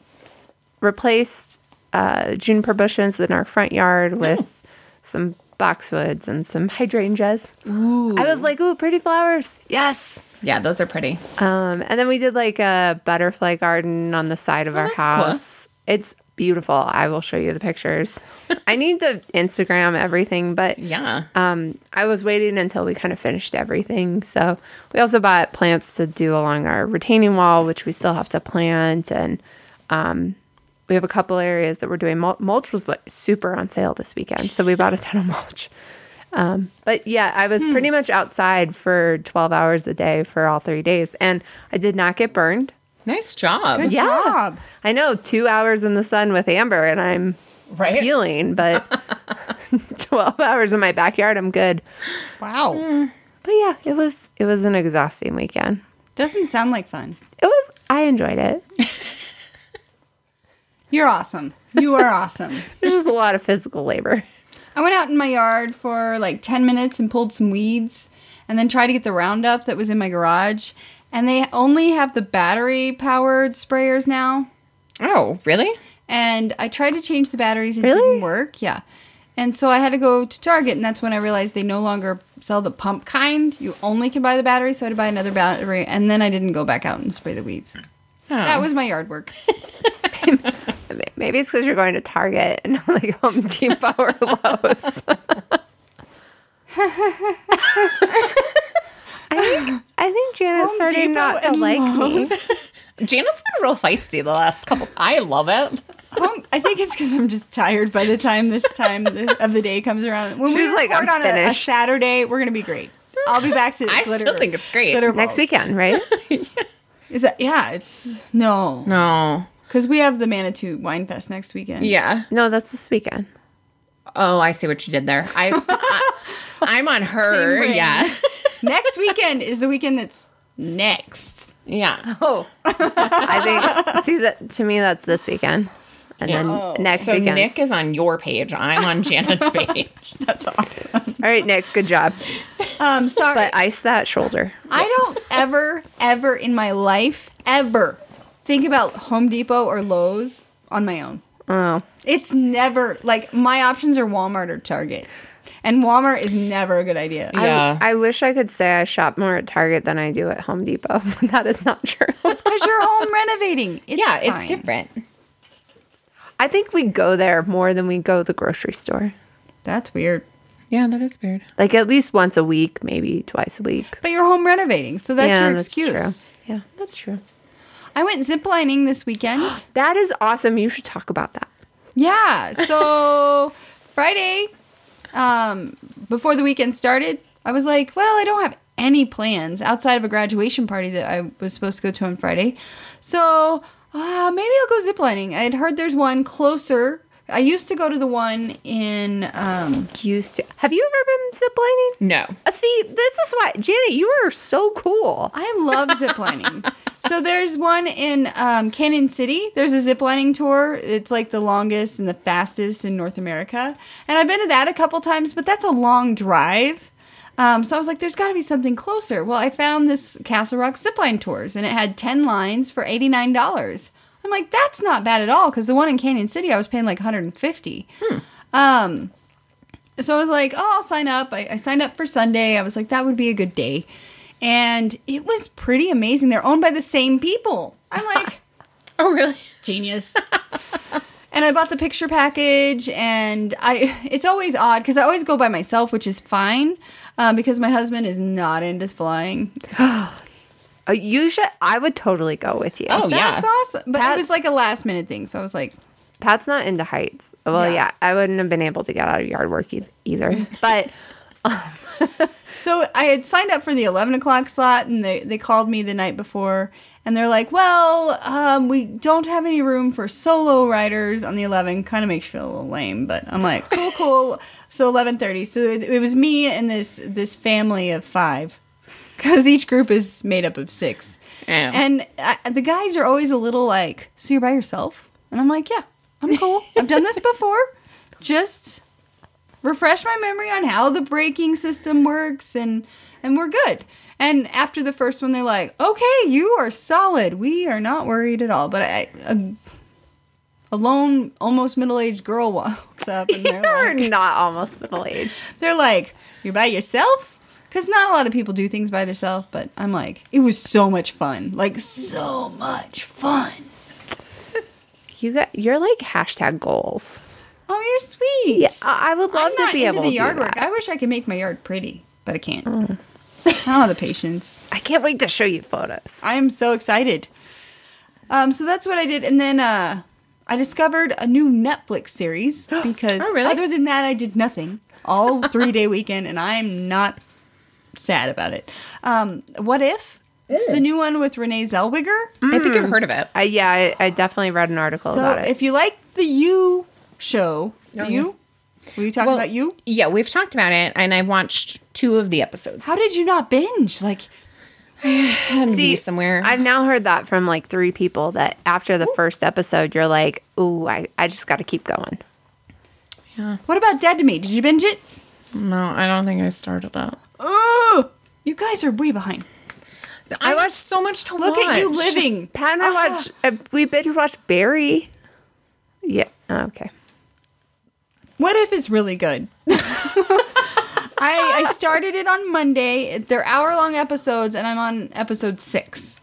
Speaker 2: replaced uh, juniper bushes in our front yard with some boxwoods and some hydrangeas. I was like, ooh, pretty flowers. Yes.
Speaker 4: yeah those are pretty
Speaker 3: Uh,
Speaker 2: Um, and then we did like a butterfly garden on the side of our
Speaker 3: that's cool.
Speaker 2: house. It's beautiful. I will show you the pictures. I need to Instagram everything, but
Speaker 3: Yeah.
Speaker 2: um, I was waiting until we kind of finished everything. So we also bought plants to do along our retaining wall, which we still have to plant. And um, we have a couple areas that we're doing. Mul- mulch was like super on sale this weekend. So we bought a ton of mulch. Um, but yeah, I was pretty much outside for 12 hours a day for all three days. And I did not get burned.
Speaker 3: Nice job.
Speaker 1: Good
Speaker 2: Yeah.
Speaker 1: job.
Speaker 2: I know two hours in the sun with Amber and I'm
Speaker 4: right
Speaker 2: peeling, but 12 hours in my backyard, I'm good.
Speaker 1: Wow.
Speaker 2: But yeah, it was it was an exhausting weekend.
Speaker 1: Doesn't sound like fun.
Speaker 2: It was I enjoyed it. It
Speaker 1: You're awesome. You are awesome.
Speaker 2: was just a lot of physical labor.
Speaker 1: I went out in my yard for like 10 minutes and pulled some weeds and then tried to get the Roundup that was in my garage. And they only have the battery powered sprayers now.
Speaker 3: Oh, really?
Speaker 1: And I tried to change the batteries, it
Speaker 2: Really?
Speaker 1: didn't work. Yeah. And so I had to go to Target, and that's when I realized they no longer sell the pump kind. You only can buy the battery, so I had to buy another battery. And then I didn't go back out and spray the weeds. That was my yard work.
Speaker 2: Maybe it's because you're going to Target and not, like Home Depot or Lowe's. I think I think Janet's
Speaker 1: Home
Speaker 2: starting
Speaker 1: Depot
Speaker 2: not to
Speaker 1: and
Speaker 2: like me.
Speaker 3: Janet's been real feisty the last couple. I love it.
Speaker 1: Um, I think it's because I'm just tired by the time this time the- of the day comes around. When
Speaker 2: She's
Speaker 1: we
Speaker 2: like,
Speaker 1: record
Speaker 2: "I'm
Speaker 1: on a- a,
Speaker 2: finished."
Speaker 1: Saturday, we're gonna be great. I'll be back to
Speaker 3: I
Speaker 1: glitter-
Speaker 3: still think it's great.
Speaker 1: glitter
Speaker 2: Next
Speaker 1: balls.
Speaker 2: weekend, right?
Speaker 1: Is that yeah? It's no,
Speaker 3: No.
Speaker 1: because we have the Manitou Wine Fest next weekend.
Speaker 3: Yeah.
Speaker 2: No, that's this weekend.
Speaker 3: Oh, I see what you did there. I, I am on her.
Speaker 1: Same brain.
Speaker 3: Yeah.
Speaker 1: next weekend is the weekend that's next.
Speaker 3: Yeah.
Speaker 1: Oh,
Speaker 2: I think see that to me that's this weekend. And then
Speaker 1: Oh.
Speaker 2: next
Speaker 3: So
Speaker 2: weekend.
Speaker 3: Nick is on your page. I'm on Janet's page.
Speaker 1: that's awesome.
Speaker 2: All right, Nick, good job.
Speaker 1: Um, sorry,
Speaker 2: But ice that shoulder.
Speaker 1: I don't ever, ever in my life ever think about Home Depot or Lowe's on my own.
Speaker 2: Oh.
Speaker 1: It's never like my options are Walmart or Target. And Walmart is never a good idea.
Speaker 2: I-
Speaker 3: Yeah.
Speaker 2: I, wish I could say I shop more at Target than I do at Home Depot. that is not true.
Speaker 1: Because you're home renovating. It's
Speaker 3: Yeah, it's
Speaker 1: fine.
Speaker 3: different.
Speaker 2: I think we go there more than we go to the grocery store.
Speaker 1: That's weird.
Speaker 3: Yeah, that is weird.
Speaker 2: Like at least once a week, maybe twice a week.
Speaker 1: But you're home renovating, so that's your excuse.
Speaker 2: true. Yeah, that's true.
Speaker 1: I went ziplining this weekend.
Speaker 2: That is awesome. You should talk about that.
Speaker 1: yeah. So Friday, um, before the weekend started, I was like, well, I don't have any plans outside of a graduation party that I was supposed to go to on Friday. So uh, maybe I'll go ziplining. I'd heard there's one closer. I used to go to the one in. Um,
Speaker 2: Used to. Have you ever been ziplining?
Speaker 3: No.
Speaker 2: Uh, See, this is why, Janet, you are so cool.
Speaker 1: I love ziplining. so there's one in um, Canyon City. There's a ziplining tour. It's like the longest and the fastest in North America. And I've been to that a couple times, but that's a long drive. Um, so I was like, there's got to be something closer. Well, I found this Castle Rock zipline tours, and it had 10 lines for $89. I'm like, that's not bad at all, because the one in Canyon City, I was paying like 150 Um, so I was like, oh, I'll sign up. I, I signed up for Sunday. I was like, that would be a good day. And it was pretty amazing. They're owned by the same people. I'm like,
Speaker 3: Oh, really?
Speaker 1: genius. and I bought the picture package, and I it's always odd because I always go by myself, which is fine um, because my husband is not into flying.
Speaker 2: Uh, You should, I would totally go with you.
Speaker 3: Oh, yeah.
Speaker 1: That's awesome. But
Speaker 2: That-
Speaker 1: it was like a last minute thing, so I was like,
Speaker 2: Pat's not into heights. Well,
Speaker 1: Yeah.
Speaker 2: yeah, I wouldn't have been able to get out of yard work e- either. But
Speaker 1: So I had signed up for the 11 o'clock slot, and they, they called me the night before, and they're like, Well, um, we don't have any room for solo riders on the 11. Kind of makes you feel a little lame, but I'm like, Cool, cool. so 11.30. So it, it was me and this, this family of five, because each group is made up of six.
Speaker 3: Yeah.
Speaker 1: And I, the guides are always a little like, So you're by yourself? And I'm like, Yeah, I'm cool. I've done this before. Just refresh my memory on how the braking system works and and we're good and after the first one they're like okay you are solid we are not worried at all but I, a, a lone almost middle-aged girl walks up and they're
Speaker 2: you're
Speaker 1: like,
Speaker 2: not almost middle aged.
Speaker 1: they're like you're by yourself because not a lot of people do things by themselves but i'm like it was so much fun like so much fun
Speaker 2: You got, you're like hashtag goals.
Speaker 1: oh you're sweet
Speaker 2: Yeah, I I would love
Speaker 1: I'm
Speaker 2: to
Speaker 1: not
Speaker 2: be
Speaker 1: into
Speaker 2: able
Speaker 1: the
Speaker 2: to
Speaker 1: yard
Speaker 2: do
Speaker 1: work.
Speaker 2: that. Mm.
Speaker 1: I wish I could make my yard pretty, but I can't. I don't have the patience.
Speaker 2: I can't wait to show you photos.
Speaker 1: I am so excited. Um, so that's what I did, and then uh, I discovered a new Netflix series because
Speaker 3: Oh, really?
Speaker 1: other than that, I did nothing all three day weekend, and I'm not sad about it. Um, what if? It's
Speaker 3: Mm.
Speaker 1: the new one with Renee Zellweger.
Speaker 3: I think I've heard of it.
Speaker 2: I, yeah, I, I definitely read an article
Speaker 1: So
Speaker 2: about it.
Speaker 1: if you like the You show, You, were you talking
Speaker 3: Oh, Well-
Speaker 1: about You?
Speaker 3: Yeah, we've talked about it, and I've watched two of the episodes.
Speaker 1: How did you not binge? Like
Speaker 3: Can be somewhere.
Speaker 2: I've now heard that from like three people that after the first episode, you're like, ooh, I, I just got to keep going.
Speaker 1: What about Dead to Me? Did you binge it?
Speaker 3: no, I don't think I started it.
Speaker 1: Ugh! You guys are way behind.
Speaker 3: I watched so much to
Speaker 1: Look
Speaker 3: watch.
Speaker 1: at you living.
Speaker 2: Pat and I watched, uh, we binge watched Barry. Yeah. oh, Okay.
Speaker 1: What if it's really good? I, I started it on Monday. They're hour long episodes, and I'm on episode six.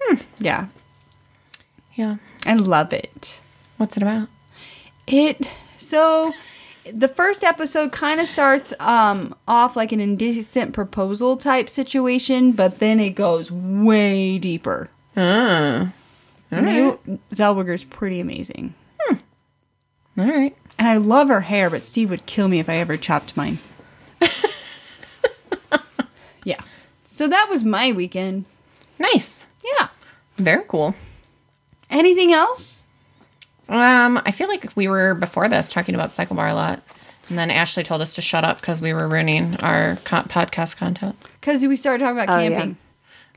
Speaker 1: Hmm. Yeah,
Speaker 3: Yeah.
Speaker 1: I love it.
Speaker 3: What's it about?
Speaker 1: It so the first episode kind of starts um, off like an indecent proposal type situation, but then it goes way deeper. Renee Zellweger's pretty amazing.
Speaker 3: All right.
Speaker 1: And I love her hair, but Steve would kill me if I ever chopped mine. yeah. So that was my weekend.
Speaker 3: Nice.
Speaker 1: Yeah.
Speaker 3: Very cool.
Speaker 1: Anything else?
Speaker 3: Um, I feel like we were before this talking about Cycle Bar a lot, and then Ashley told us to shut up because we were ruining our co- podcast content.
Speaker 1: Because we started talking about
Speaker 2: Oh, yeah.
Speaker 1: camping.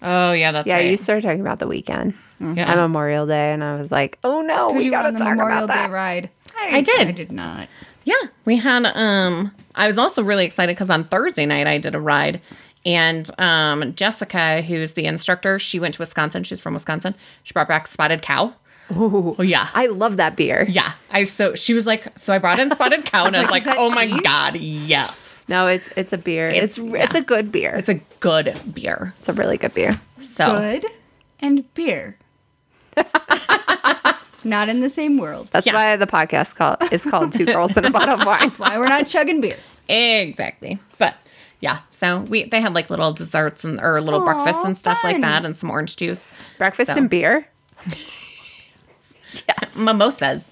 Speaker 3: Oh yeah, that's
Speaker 2: Yeah.
Speaker 3: right.
Speaker 2: You started talking about the weekend
Speaker 3: Yeah.
Speaker 2: on Memorial Day, and I was like, oh no,
Speaker 1: Because
Speaker 2: we
Speaker 1: Mm. you
Speaker 2: got
Speaker 1: went
Speaker 2: to
Speaker 1: on the
Speaker 2: talk
Speaker 1: Memorial
Speaker 2: about
Speaker 1: Day
Speaker 2: that.
Speaker 1: ride.
Speaker 3: I did.
Speaker 1: I did not.
Speaker 3: Yeah, we had um I was also really excited cuz on Thursday night I did a ride and um Jessica who's the instructor, she went to Wisconsin. She's from Wisconsin. She brought back spotted cow. Oh yeah.
Speaker 2: I love that beer.
Speaker 3: yeah. I so she was like so I brought in spotted cow and I was like,
Speaker 1: like, "Is that
Speaker 3: "Oh my
Speaker 1: cheese?"
Speaker 3: god, yes."
Speaker 2: No, it's it's a beer. It's
Speaker 3: It's-
Speaker 2: it's,
Speaker 3: yeah.
Speaker 2: a good beer.
Speaker 3: It's a good beer.
Speaker 2: it's a really good beer.
Speaker 3: So
Speaker 1: Good and beer. not in the same world.
Speaker 2: That's
Speaker 3: Yeah.
Speaker 2: why the podcast call is called Two Girls in a Bottle of Wine.
Speaker 1: Why we're not chugging beer.
Speaker 3: Exactly. But yeah, so we they had like little desserts and or little breakfasts and stuff like
Speaker 1: fun.
Speaker 3: that and some orange juice.
Speaker 2: Breakfast
Speaker 3: So.
Speaker 2: and beer.
Speaker 3: Mimosas.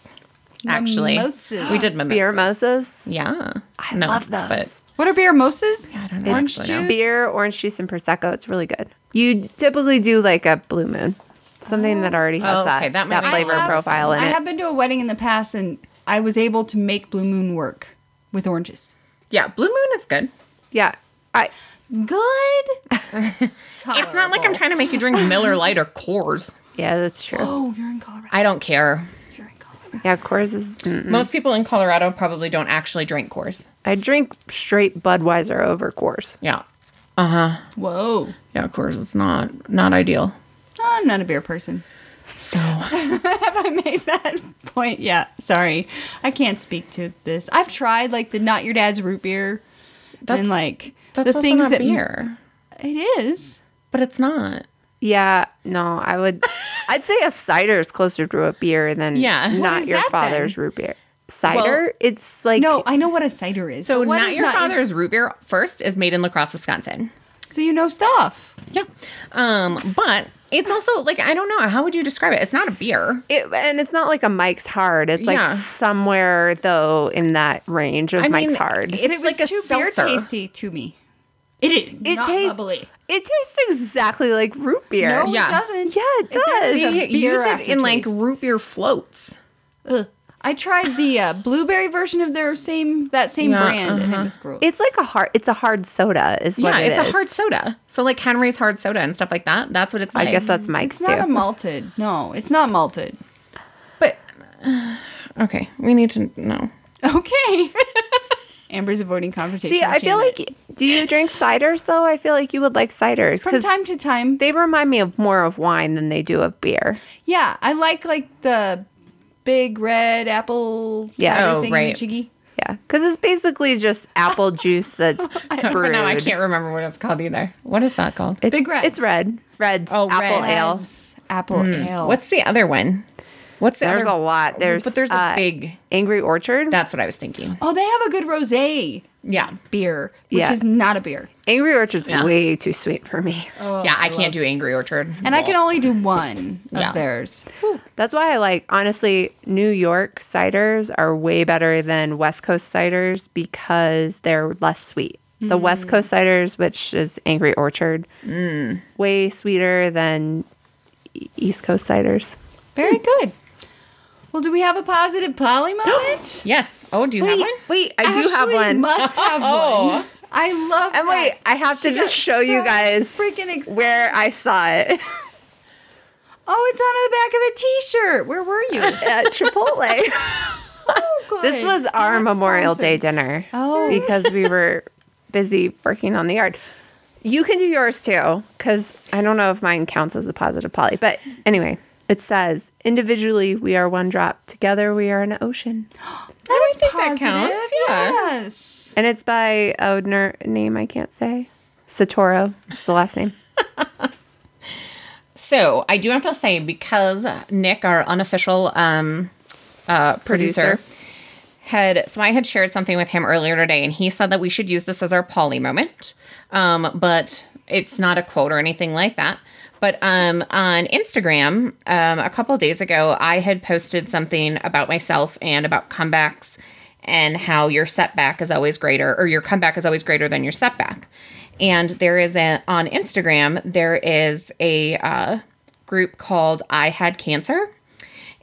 Speaker 3: Actually.
Speaker 1: Mimosas.
Speaker 3: We did mimosas.
Speaker 2: Beer mimosas.
Speaker 3: Yeah. I
Speaker 2: love those.
Speaker 1: What are beer moses?
Speaker 3: I don't
Speaker 1: Orange
Speaker 3: actually
Speaker 1: juice?
Speaker 2: Beer, orange juice, and prosecco. It's really good. You typically do like a blue moon, something that already has
Speaker 3: Oh, okay,
Speaker 2: that
Speaker 3: that
Speaker 2: that
Speaker 3: might make
Speaker 2: flavor
Speaker 3: sense.
Speaker 2: profile in
Speaker 1: I
Speaker 2: it.
Speaker 1: have been to a wedding in the past and I was able to make Blue Moon work with oranges.
Speaker 3: Yeah, blue moon is good.
Speaker 2: yeah, I
Speaker 1: Good.
Speaker 3: It's not like I'm trying to make you drink Miller Lite or Coors.
Speaker 2: yeah, that's true.
Speaker 1: Oh, you're in Colorado.
Speaker 3: I don't care.
Speaker 1: You're in Colorado.
Speaker 2: Yeah, Coors is. mm.
Speaker 3: Most people in Colorado probably don't actually drink Coors.
Speaker 2: I drink straight Budweiser over Coors.
Speaker 3: Yeah, Uh-huh.
Speaker 1: Whoa.
Speaker 3: yeah, Coors. It's not not ideal.
Speaker 1: I'm not a beer person.
Speaker 3: So
Speaker 1: Have I made that point? Yeah. Sorry. I can't speak to this. I've tried like the not your dad's root beer
Speaker 3: That's-
Speaker 1: and like
Speaker 3: that's
Speaker 1: the things that
Speaker 3: beer,
Speaker 1: it is.
Speaker 3: but it's not.
Speaker 2: Yeah, no, I would. I'd say a cider is closer to a beer than
Speaker 3: Yeah. What
Speaker 2: not
Speaker 1: is
Speaker 2: your
Speaker 1: that
Speaker 2: father's root beer. Cider, it's like
Speaker 1: No, I know what a cider is.
Speaker 3: So
Speaker 1: but what
Speaker 3: Oh, not
Speaker 1: is
Speaker 3: your father's root beer first is made in La Crosse, Wisconsin.
Speaker 1: so you know stuff.
Speaker 3: Yeah, um, but it's also like I don't know how would you describe it. It's not a beer.
Speaker 2: It, and it's not like a Mike's Hard. It's like
Speaker 3: Yeah.
Speaker 2: somewhere though in that range of
Speaker 3: I
Speaker 2: Mike's
Speaker 3: mean,
Speaker 2: Hard.
Speaker 3: it-
Speaker 1: It's
Speaker 2: It,
Speaker 1: it
Speaker 3: It's
Speaker 1: was
Speaker 3: like a
Speaker 1: too beer
Speaker 3: seltzer.
Speaker 1: tasty to me. It is. It not
Speaker 2: tastes-
Speaker 1: bubbly.
Speaker 2: tastes exactly like root beer.
Speaker 1: No,
Speaker 3: Yeah.
Speaker 1: it doesn't.
Speaker 2: Yeah, it
Speaker 1: There is
Speaker 2: does.
Speaker 1: a
Speaker 3: They
Speaker 1: beer
Speaker 3: use it in like
Speaker 1: aftertaste.
Speaker 3: root beer floats.
Speaker 1: Ugh. I tried the uh, blueberry version of their same that same
Speaker 3: Yeah, uh-huh.
Speaker 1: brand, and it was gross.
Speaker 2: It's like a hard. It's a hard soda. Is what
Speaker 3: yeah,
Speaker 2: it
Speaker 3: it's a
Speaker 2: is.
Speaker 3: hard soda. So like Henry's hard soda and stuff like that. That's what it's
Speaker 2: I
Speaker 3: like.
Speaker 2: guess that's Mike's
Speaker 1: it's not a
Speaker 2: too.
Speaker 1: malted. No, it's not malted.
Speaker 3: But uh, okay, we need to know.
Speaker 1: Okay. Amber's avoiding confrontation.
Speaker 2: See,
Speaker 1: with
Speaker 2: I feel
Speaker 1: Janet.
Speaker 2: like. Do you drink ciders though? I feel like you would like ciders
Speaker 1: from
Speaker 2: because
Speaker 1: time to time,
Speaker 2: they remind me of more of wine than they do of beer.
Speaker 1: yeah, I like like the big red apple
Speaker 2: Yeah.
Speaker 1: cider
Speaker 3: Oh,
Speaker 1: thingy
Speaker 3: right.
Speaker 1: jiggy.
Speaker 2: Yeah, because it's basically just apple juice that's brewed.
Speaker 3: No, I can't remember what it's called either. What is that called?
Speaker 2: It's,
Speaker 1: Big Reds.
Speaker 2: It's red. Red
Speaker 3: Oh,
Speaker 2: apple
Speaker 3: Reds.
Speaker 2: ale.
Speaker 1: Yes, apple ale.
Speaker 3: Hmm. What's the other one? What's the
Speaker 2: There's
Speaker 3: other-
Speaker 2: a lot. There's
Speaker 3: but there's a
Speaker 2: uh,
Speaker 3: big.
Speaker 2: Angry Orchard.
Speaker 3: That's what I was thinking.
Speaker 1: oh, they have a good rosé
Speaker 3: Yeah,
Speaker 1: beer, which
Speaker 2: Yeah.
Speaker 1: is not a beer,
Speaker 2: Angry Orchard's way too sweet for me.
Speaker 3: yeah. I, can't do Angry Orchard.
Speaker 1: and I can only do one of
Speaker 3: Yeah.
Speaker 1: theirs.
Speaker 2: That's why I like honestly New York ciders are way better than West Coast ciders because they're less sweet.
Speaker 3: Mm.
Speaker 2: The West Coast ciders, which is Angry Orchard,
Speaker 3: Mm.
Speaker 2: way sweeter than E- East Coast ciders.
Speaker 1: Very good. Well, do we have a positive poly moment?
Speaker 3: Yes. Oh, do you have one?
Speaker 2: wait, I do have
Speaker 1: Ashley
Speaker 2: one. Oh.
Speaker 1: Must have one. I love.
Speaker 2: and wait,
Speaker 1: that.
Speaker 2: I have to
Speaker 1: She got
Speaker 2: just show you
Speaker 1: so
Speaker 2: guys
Speaker 1: freaking excited.
Speaker 2: where I saw it
Speaker 1: Oh, it's on the back of a T-shirt. Where were you?
Speaker 2: at Chipotle.
Speaker 1: Oh, good.
Speaker 2: This was our
Speaker 1: Not
Speaker 2: Memorial Day
Speaker 1: sponsored.
Speaker 2: dinner.
Speaker 1: Oh.
Speaker 2: Because we were busy working on the yard. You can do yours too, because I don't know if mine counts as a positive poly. But anyway, it says individually we are one drop, together we are an ocean.
Speaker 1: That is
Speaker 3: think that counts, yeah.
Speaker 1: Yes.
Speaker 2: And it's by a ner- name I can't say. Satoru is the last name.
Speaker 3: So I do have to say because Nick, our unofficial um, uh, producer,
Speaker 2: Producer.
Speaker 3: had so I had shared something with him earlier today, and he said that we should use this as our Polly moment. Um, but it's not a quote or anything like that. But um, on Instagram, um, a couple of days ago, I had posted something about myself and about comebacks and how your setback is always greater or your comeback is always greater than your setback. And there is a on Instagram there is a uh, group called I Had Cancer,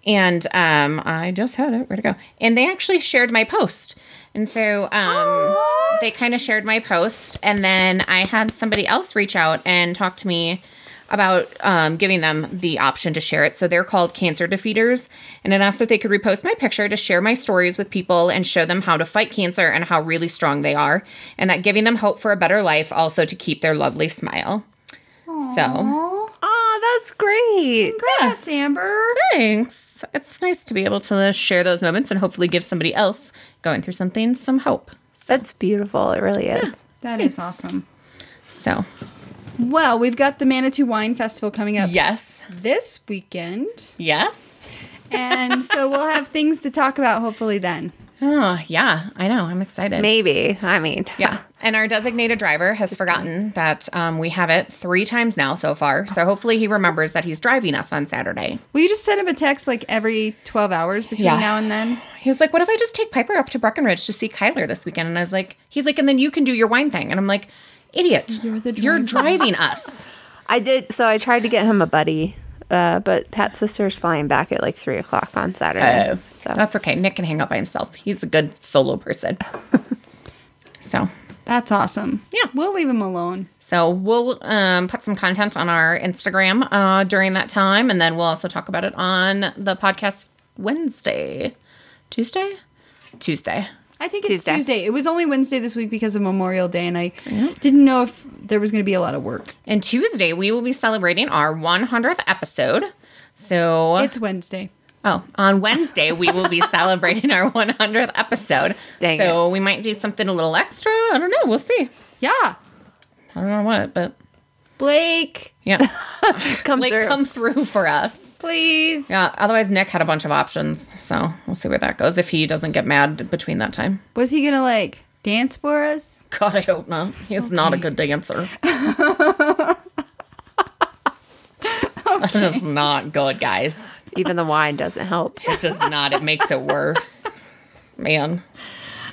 Speaker 3: and um, I just had it. Where'd it go? And they actually shared my post, and so um, they kind of shared my post, and then I had somebody else reach out and talk to me about um, giving them the option to share it. So they're called cancer defeaters. And it asked if they could repost my picture to share my stories with people and show them how to fight cancer and how really strong they are. And that giving them hope for a better life, also to keep their lovely smile. So
Speaker 2: Oh, that's great.
Speaker 1: Congrats, Amber.
Speaker 3: thanks. It's nice to be able to share those moments and hopefully give somebody else going through something some hope.
Speaker 2: That's beautiful. It really is.
Speaker 1: That is awesome.
Speaker 3: So,
Speaker 1: Well, we've got the Manitou Wine Festival coming up
Speaker 3: yes,
Speaker 1: this weekend.
Speaker 3: yes.
Speaker 1: And so we'll have things to talk about hopefully then.
Speaker 3: Oh, yeah. I know. I'm excited.
Speaker 2: Maybe. I mean,
Speaker 3: Yeah. And our designated driver has forgotten that um, we have it three times now so far. So hopefully he remembers that he's driving us on Saturday.
Speaker 1: Will you just send him a text like every 12 hours between
Speaker 3: Yeah.
Speaker 1: now and then?
Speaker 3: He was like, What if I just take Piper up to Breckenridge to see Kyler this weekend? And I was like, He's like, and then you can do your wine thing. And I'm like, Idiot. You're,
Speaker 1: the
Speaker 3: driving us.
Speaker 2: I did. So I tried to get him a buddy, uh, but Pat's sister's flying back at like three o'clock on Saturday.
Speaker 3: Oh.
Speaker 2: so
Speaker 3: Uh, That's okay. Nick can hang out by himself. He's a good solo person. so.
Speaker 1: That's awesome.
Speaker 3: Yeah.
Speaker 1: We'll leave him alone.
Speaker 3: So we'll um, put some content on our Instagram uh, during that time, and then we'll also talk about it on the podcast Wednesday, Tuesday, Tuesday.
Speaker 1: I think
Speaker 2: Tuesday.
Speaker 1: it's Tuesday. It was only Wednesday this week because of Memorial Day, and I didn't know if there was going to be a lot of work.
Speaker 3: And Tuesday we will be celebrating our 100th episode. So
Speaker 1: It's Wednesday.
Speaker 3: oh, on Wednesday we will be celebrating our 100th episode.
Speaker 2: Dang
Speaker 3: so we might do something a little extra. I don't know. We'll see.
Speaker 1: Yeah.
Speaker 3: I don't know what, but
Speaker 1: Blake,
Speaker 3: yeah,
Speaker 2: come
Speaker 3: like
Speaker 2: through.
Speaker 3: come through for us.
Speaker 1: please.
Speaker 3: Yeah. Otherwise, Nick had a bunch of options, so we'll see where that goes if he doesn't get mad between that time.
Speaker 1: Was he going to like dance for us?
Speaker 3: God, I hope not. He's not a good dancer. That is not good, guys.
Speaker 2: Even the wine doesn't help.
Speaker 3: It does not. It makes it worse. Man.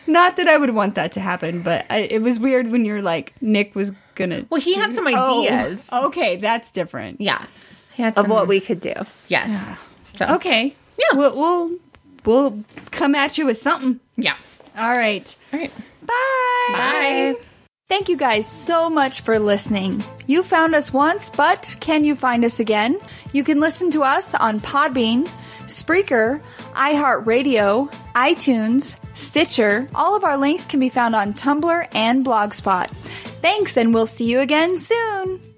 Speaker 1: Not that I would want that to happen, but I, it was weird when you're like, Nick was going to.
Speaker 3: Well, he had some ideas.
Speaker 1: Okay, that's different.
Speaker 3: Yeah. He had
Speaker 2: Oh. Of
Speaker 3: some.
Speaker 2: what we could do.
Speaker 3: yes. So,
Speaker 1: Okay. Yeah. We'll, we'll, we'll come at you with something.
Speaker 3: Yeah.
Speaker 1: All right.
Speaker 3: All right.
Speaker 1: Bye.
Speaker 3: Bye.
Speaker 1: Thank you guys so much for listening. You found us once, but can you find us again? You can listen to us on Podbean, Spreaker, iHeartRadio, iTunes, Stitcher. All of our links can be found on Tumblr and Blogspot. Thanks, and we'll see you again soon.